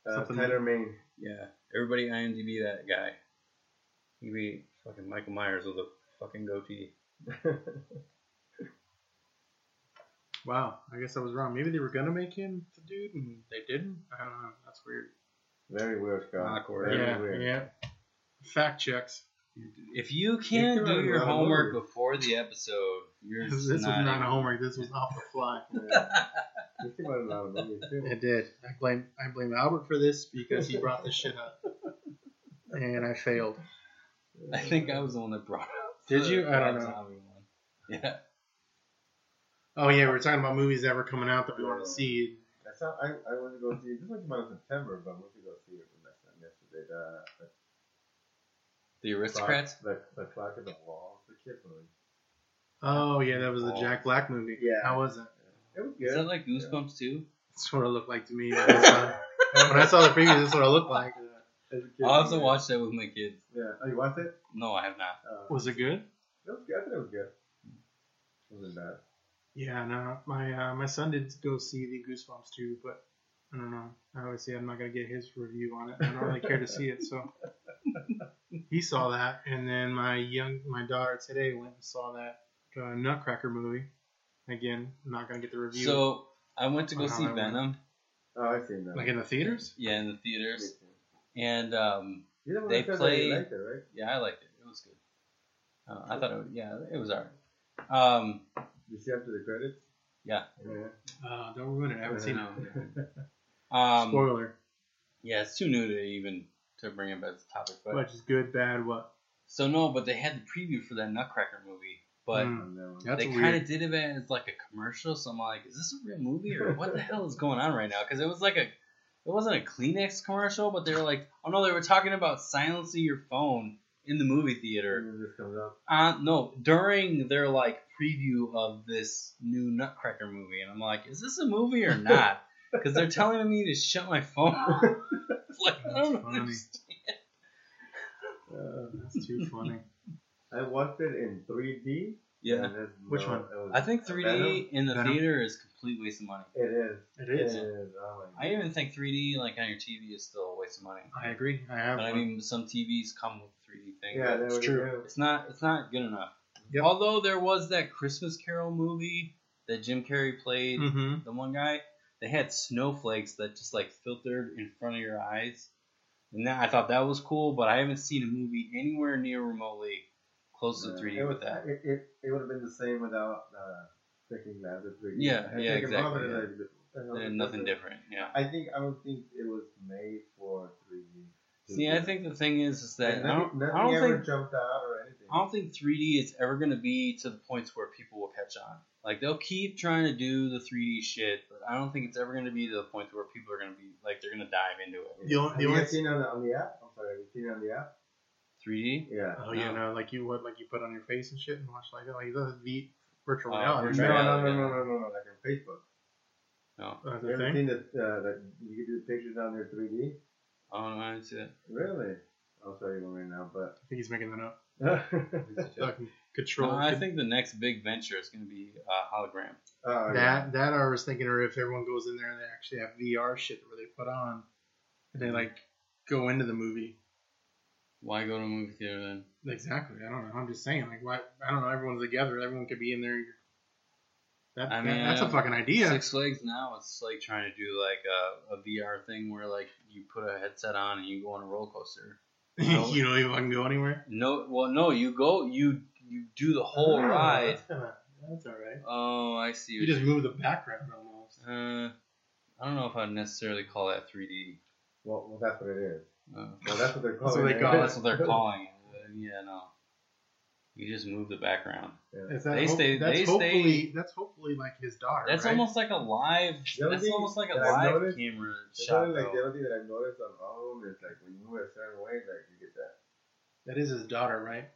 Speaker 4: Uh,
Speaker 3: Something-
Speaker 4: Tyler Maine.
Speaker 2: Yeah, everybody IMDb that guy. He be fucking Michael Myers with a fucking goatee.
Speaker 3: Wow, I guess I was wrong. Maybe they were gonna make him the dude, and they didn't. I don't know. That's weird.
Speaker 4: Very weird, Scott.
Speaker 2: Awkward.
Speaker 4: Very
Speaker 3: yeah,
Speaker 4: weird.
Speaker 3: yeah. Fact checks.
Speaker 2: If you can't
Speaker 4: could've
Speaker 2: do your
Speaker 4: done a
Speaker 2: homework
Speaker 4: movie.
Speaker 2: before the episode, you're
Speaker 3: this
Speaker 2: just
Speaker 3: was
Speaker 2: not,
Speaker 3: not homework. This was off the fly.
Speaker 4: Yeah. You think about a lot of movies, too.
Speaker 3: It did. I blame I blame Albert for this because he brought this shit up, and I failed.
Speaker 2: I think I was the one that brought it up.
Speaker 3: Did you?
Speaker 2: the
Speaker 3: I
Speaker 2: Rob
Speaker 3: don't know.
Speaker 2: Zombie one. Yeah.
Speaker 3: Oh yeah, we were talking about movies that were coming out that we wanted to see.
Speaker 4: That's how I, I went to go see. This one came out in September, but I went to go see it. when that
Speaker 2: The Aristocrats.
Speaker 4: The, the clock in the wall. The kid movie.
Speaker 3: Oh yeah, that was the
Speaker 4: Oh.
Speaker 3: Jack Black movie.
Speaker 4: Yeah.
Speaker 3: How was it?
Speaker 4: It was
Speaker 2: Is
Speaker 4: good.
Speaker 2: that like Goosebumps too?
Speaker 3: It sort of looked like to me. That was, uh, when I saw the previews, that's what it looked like.
Speaker 4: As a kid
Speaker 2: I'll have to
Speaker 4: movie.
Speaker 2: watch that with my kids.
Speaker 4: Yeah. Oh, you watched it?
Speaker 2: No, I have not.
Speaker 4: Uh,
Speaker 3: Was it good?
Speaker 4: it was good. I thought it was good. It wasn't bad.
Speaker 3: Yeah, no. My uh, my son did go see the Goosebumps too, but I don't know. I always say I'm not gonna get his review on it. I don't really care to see it, so he saw that, and then my young my daughter today went and saw that uh, Nutcracker movie. Again, I'm not gonna get the review.
Speaker 2: So I went to go
Speaker 3: Oh,
Speaker 2: see
Speaker 3: I went.
Speaker 2: Venom.
Speaker 4: Oh, I've seen that.
Speaker 3: like in the theaters.
Speaker 2: Yeah, in the
Speaker 4: Me
Speaker 2: theaters,
Speaker 4: too.
Speaker 2: and um,
Speaker 4: You're the one
Speaker 2: They
Speaker 4: that said that
Speaker 2: play-
Speaker 4: you liked it, right?
Speaker 2: yeah, I liked it. It was good. Uh, I thought it. Was, yeah, it was alright. Um,
Speaker 4: You see after the credits?
Speaker 2: Yeah.
Speaker 4: Yeah.
Speaker 3: Uh, don't ruin it. I haven't seen it.
Speaker 2: um,
Speaker 3: Spoiler,
Speaker 2: yeah, it's too new to even to bring up as a topic, but
Speaker 3: which is good, bad, what?
Speaker 2: so no, but they had the preview for that Nutcracker movie, but.
Speaker 3: Mm.
Speaker 4: On that one.
Speaker 3: That's
Speaker 2: they
Speaker 3: weird.
Speaker 2: kind of did it as like a commercial, so I'm like, is this a real movie or what the hell is going on right now? Because it was like a, it wasn't a Kleenex commercial, but they were like, oh no, they were talking about silencing your phone in the movie theater.
Speaker 4: And then this comes up.
Speaker 2: Uh, no, during their like preview of this new Nutcracker movie, and I'm like, is this a movie or not? Because they're telling me to shut my phone. It's like I don't
Speaker 3: That's funny.
Speaker 2: understand.
Speaker 4: Uh,
Speaker 3: That's too funny.
Speaker 4: I watched it in 3D.
Speaker 2: Yeah,
Speaker 4: and there's
Speaker 3: Which
Speaker 4: no-
Speaker 3: one?
Speaker 4: it was-
Speaker 2: I think
Speaker 4: Venom?
Speaker 2: 3D in the
Speaker 3: Venom?
Speaker 2: theater is complete waste of money.
Speaker 4: It is.
Speaker 3: It
Speaker 4: It
Speaker 3: is.
Speaker 4: is. Oh my
Speaker 2: I even think 3D like on your TV is still a waste of money.
Speaker 3: I agree. I have.
Speaker 2: But I
Speaker 3: one.
Speaker 2: mean, some TVs come with 3D thing.
Speaker 4: Yeah,
Speaker 2: but
Speaker 4: that was
Speaker 3: true.
Speaker 4: good.
Speaker 2: it's not it's not good enough.
Speaker 3: Yep.
Speaker 2: Although there was that Christmas Carol movie that Jim Carrey played,
Speaker 4: Mm-hmm.
Speaker 3: Mhm.
Speaker 2: the one guy, they had snowflakes that just like filtered in front of your eyes, and that I thought that was cool. But I haven't seen a movie anywhere near remotely close to
Speaker 4: Yeah,
Speaker 2: 3D
Speaker 4: it
Speaker 2: with
Speaker 4: was-
Speaker 2: that.
Speaker 4: It, it, it would have been the same without uh, freaking glasses. Really.
Speaker 2: Yeah,
Speaker 4: I
Speaker 2: yeah,
Speaker 4: think about
Speaker 2: exactly,
Speaker 4: it,
Speaker 2: yeah.
Speaker 4: like, what the hell
Speaker 2: They
Speaker 4: is
Speaker 2: had nothing
Speaker 4: this?
Speaker 2: different. Yeah.
Speaker 4: I think I don't think it was made for 3D.
Speaker 2: See, I think the thing is, is that I
Speaker 4: nothing,
Speaker 2: don't,
Speaker 4: nothing
Speaker 2: I don't
Speaker 4: ever
Speaker 2: think
Speaker 4: jumped out or anything.
Speaker 2: I don't think 3D is ever going to be to the points where people will catch on. Like they'll keep trying to do the 3D shit, but I don't think it's ever going to be to the point where people are going to be like they're going to dive into it.
Speaker 3: The only-
Speaker 4: have
Speaker 3: the
Speaker 4: you
Speaker 3: only-
Speaker 4: guys seen it on the, on the app? I'm sorry, have you seen it on the app?
Speaker 2: 3D.
Speaker 4: Yeah.
Speaker 3: Oh yeah,
Speaker 2: No.
Speaker 3: no, like you would, like you put on your face and shit, and watch like oh, like the, the virtual
Speaker 2: Oh,
Speaker 3: reality.
Speaker 2: virtual
Speaker 4: no,
Speaker 3: right?
Speaker 4: no, no,
Speaker 2: reality,
Speaker 4: no,
Speaker 2: yeah.
Speaker 4: no, no, no, like on Facebook.
Speaker 2: No.
Speaker 3: Uh,
Speaker 4: you
Speaker 3: the
Speaker 4: ever
Speaker 3: thing.
Speaker 4: seen the, uh, the, you can do the pictures on there 3D?
Speaker 2: I don't know. I didn't see that.
Speaker 4: Really? I'll show you one right now, but.
Speaker 3: I think he's making that up.
Speaker 4: oh,
Speaker 3: Fucking control.
Speaker 2: No, I think the next big venture is going to be uh, hologram.
Speaker 4: yeah.
Speaker 3: that that I was thinking, or if everyone goes in there and they actually have VR shit where they put on, and they like go into the movie.
Speaker 2: Why go to a movie theater then?
Speaker 3: Exactly. I don't know. I'm just saying, like, why? I don't know. Everyone's together. Everyone could be in there. That,
Speaker 2: I
Speaker 3: that-
Speaker 2: mean, uh,
Speaker 3: that's a fucking idea.
Speaker 2: Six Flags now it's like trying to do like a, a VR thing where like you put a headset on and you go on a roller coaster.
Speaker 3: you don't even fucking go anywhere.
Speaker 2: No, well, no, you go you you do the whole
Speaker 3: Ah,
Speaker 2: ride.
Speaker 3: That's, kinda- that's all right.
Speaker 2: Oh, I see. what
Speaker 3: You just move the background almost.
Speaker 2: Uh, I don't know if I'd necessarily call that 3D.
Speaker 4: Well, well, that's what it is.
Speaker 2: Uh,
Speaker 4: Well, that's what they're
Speaker 3: That's
Speaker 4: calling
Speaker 3: what they
Speaker 4: it.
Speaker 3: call it.
Speaker 2: that's what they're calling it. but yeah, no. You just move the background.
Speaker 4: Yeah.
Speaker 3: Is that
Speaker 2: They
Speaker 3: hope-
Speaker 2: stay-
Speaker 3: That's
Speaker 2: they stay-
Speaker 3: hopefully that's hopefully like his daughter.
Speaker 2: That's
Speaker 3: right?
Speaker 2: almost like a live.
Speaker 4: The only
Speaker 2: That's
Speaker 4: thing
Speaker 2: almost like a
Speaker 4: that I've
Speaker 2: live
Speaker 4: noticed-
Speaker 2: camera
Speaker 4: That's
Speaker 2: shot.
Speaker 4: only, like the
Speaker 2: though.
Speaker 4: other thing that I've noticed on all of them is like when you move a certain way, like you get that.
Speaker 3: that is his daughter, right?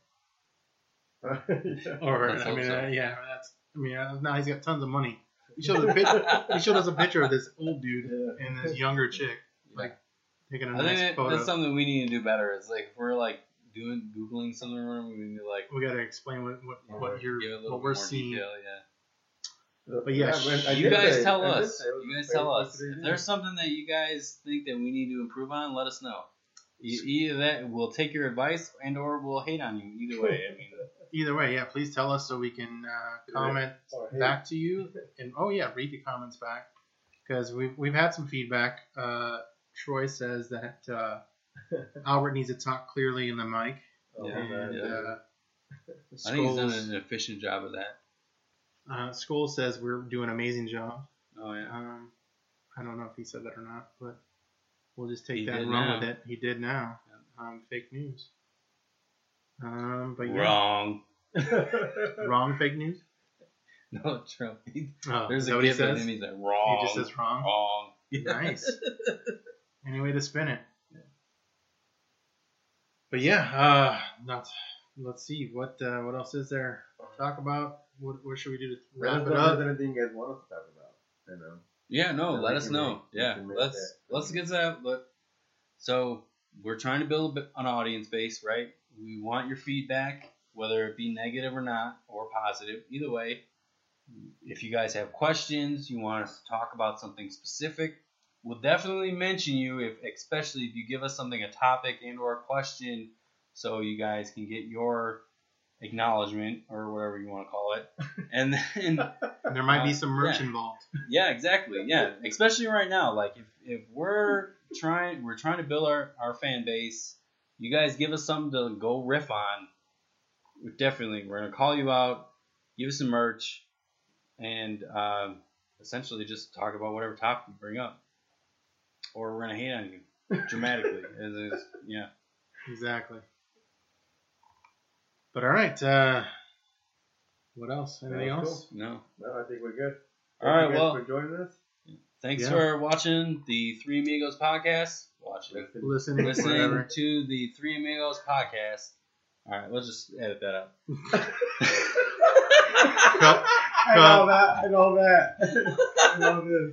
Speaker 4: yeah.
Speaker 3: Or
Speaker 2: Let's
Speaker 3: I
Speaker 2: hope
Speaker 3: mean,
Speaker 2: so.
Speaker 3: uh, yeah, that's. I mean, uh, now he's got tons of money. He showed, us a picture, he showed us a picture of this old dude and this younger chick like taking a
Speaker 2: I think
Speaker 3: nice
Speaker 2: that,
Speaker 3: photo.
Speaker 2: that's something we need to do better. Is like if we're like doing googling something, or whatever, we need to like
Speaker 3: we gotta explain what what,
Speaker 4: Yeah,
Speaker 3: what
Speaker 2: give
Speaker 3: you're
Speaker 2: it a little
Speaker 3: what we're
Speaker 2: more
Speaker 3: seeing.
Speaker 2: detail. Yeah.
Speaker 3: But yeah,
Speaker 4: when- I
Speaker 2: you
Speaker 4: did
Speaker 2: guys
Speaker 4: say-
Speaker 2: tell
Speaker 4: I did
Speaker 2: us.
Speaker 4: say it was
Speaker 2: You
Speaker 4: my
Speaker 2: guys tell
Speaker 4: favorite
Speaker 2: us.
Speaker 4: thing
Speaker 2: If
Speaker 4: to
Speaker 2: there's something that you guys think that we need to improve on, let us know. E- Either that we'll take your advice and or we'll hate on you. Either way, I mean,
Speaker 3: Either way, yeah, please tell us so we can uh, comment
Speaker 4: do. Or, Oh, hey,
Speaker 3: back to you. And oh yeah, read the comments back because we've we've had some feedback. Uh, Troy says that uh, Albert needs to talk clearly in the mic.
Speaker 4: oh,
Speaker 2: Yeah,
Speaker 4: man,
Speaker 3: and
Speaker 2: yeah.
Speaker 3: uh,
Speaker 2: I think he's done
Speaker 3: Scholes-
Speaker 2: an efficient job of that.
Speaker 3: Uh, Skull says we're doing an amazing job.
Speaker 2: Oh yeah.
Speaker 3: Um, I don't know if he said that or not, but we'll just take
Speaker 2: He
Speaker 3: that
Speaker 2: did
Speaker 3: and run
Speaker 2: now.
Speaker 3: with it. He did now. Um, fake news. Um, but yeah,
Speaker 2: Wrong.
Speaker 3: wrong fake news.
Speaker 2: No, Trump.
Speaker 3: Oh,
Speaker 2: There's
Speaker 3: is
Speaker 2: a
Speaker 3: that what he
Speaker 2: gift that
Speaker 3: says?
Speaker 2: he's like wrong.
Speaker 3: He just says wrong.
Speaker 2: wrong.
Speaker 3: Nice. Any way to spin it. But yeah, uh, not, let's see what uh, what else is there to talk about. What, what should we do to wrap it
Speaker 4: Is
Speaker 3: up?
Speaker 4: there anything you guys want us to talk about? You know.
Speaker 2: Yeah, no,
Speaker 4: Yeah,
Speaker 2: let
Speaker 4: we
Speaker 2: us
Speaker 4: can
Speaker 2: know.
Speaker 4: make- we
Speaker 2: yeah,
Speaker 4: can make
Speaker 2: let's
Speaker 4: that.
Speaker 2: let's get that. Let, so we're trying to build a bit- an audience base, right? We want your feedback, whether it be negative or not, or positive. Either way, if you guys have questions, you want us to talk about something specific, we'll definitely mention you. If especially if you give us something a topic and or a question, so you guys can get your acknowledgement or whatever you want to call it, and then.
Speaker 3: And there might be some merch
Speaker 2: Yeah.
Speaker 3: involved.
Speaker 2: Yeah, exactly. Yeah, especially right now. Like if, if we're trying we're trying to build our, our fan base, you guys give us something to go riff on. We're Definitely, we're gonna call you out, give us some merch, and um, essentially just talk about whatever topic you bring up, or we're gonna hate on you dramatically. as is, yeah,
Speaker 3: Exactly. But all right. Uh, what else? Anything
Speaker 2: Uh,
Speaker 4: Yeah, cool.
Speaker 3: else?
Speaker 2: no.
Speaker 4: No, I think we're good.
Speaker 2: All
Speaker 4: Thank
Speaker 2: right,
Speaker 4: you guys
Speaker 2: well-
Speaker 4: for joining us.
Speaker 2: Thanks
Speaker 3: Yeah.
Speaker 2: for watching the Three Amigos podcast. Watch it.
Speaker 3: Listen,
Speaker 4: Listen.
Speaker 2: Listen
Speaker 3: whatever.
Speaker 2: to the Three Amigos podcast. All right, let's just edit that out.
Speaker 3: Cut.
Speaker 4: I know that. I know that. I know this.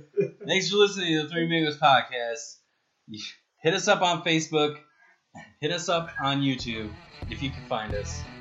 Speaker 2: Thanks for listening to the Three Amigos podcast. Hit us up on Facebook. Hit us up on YouTube if you can find us.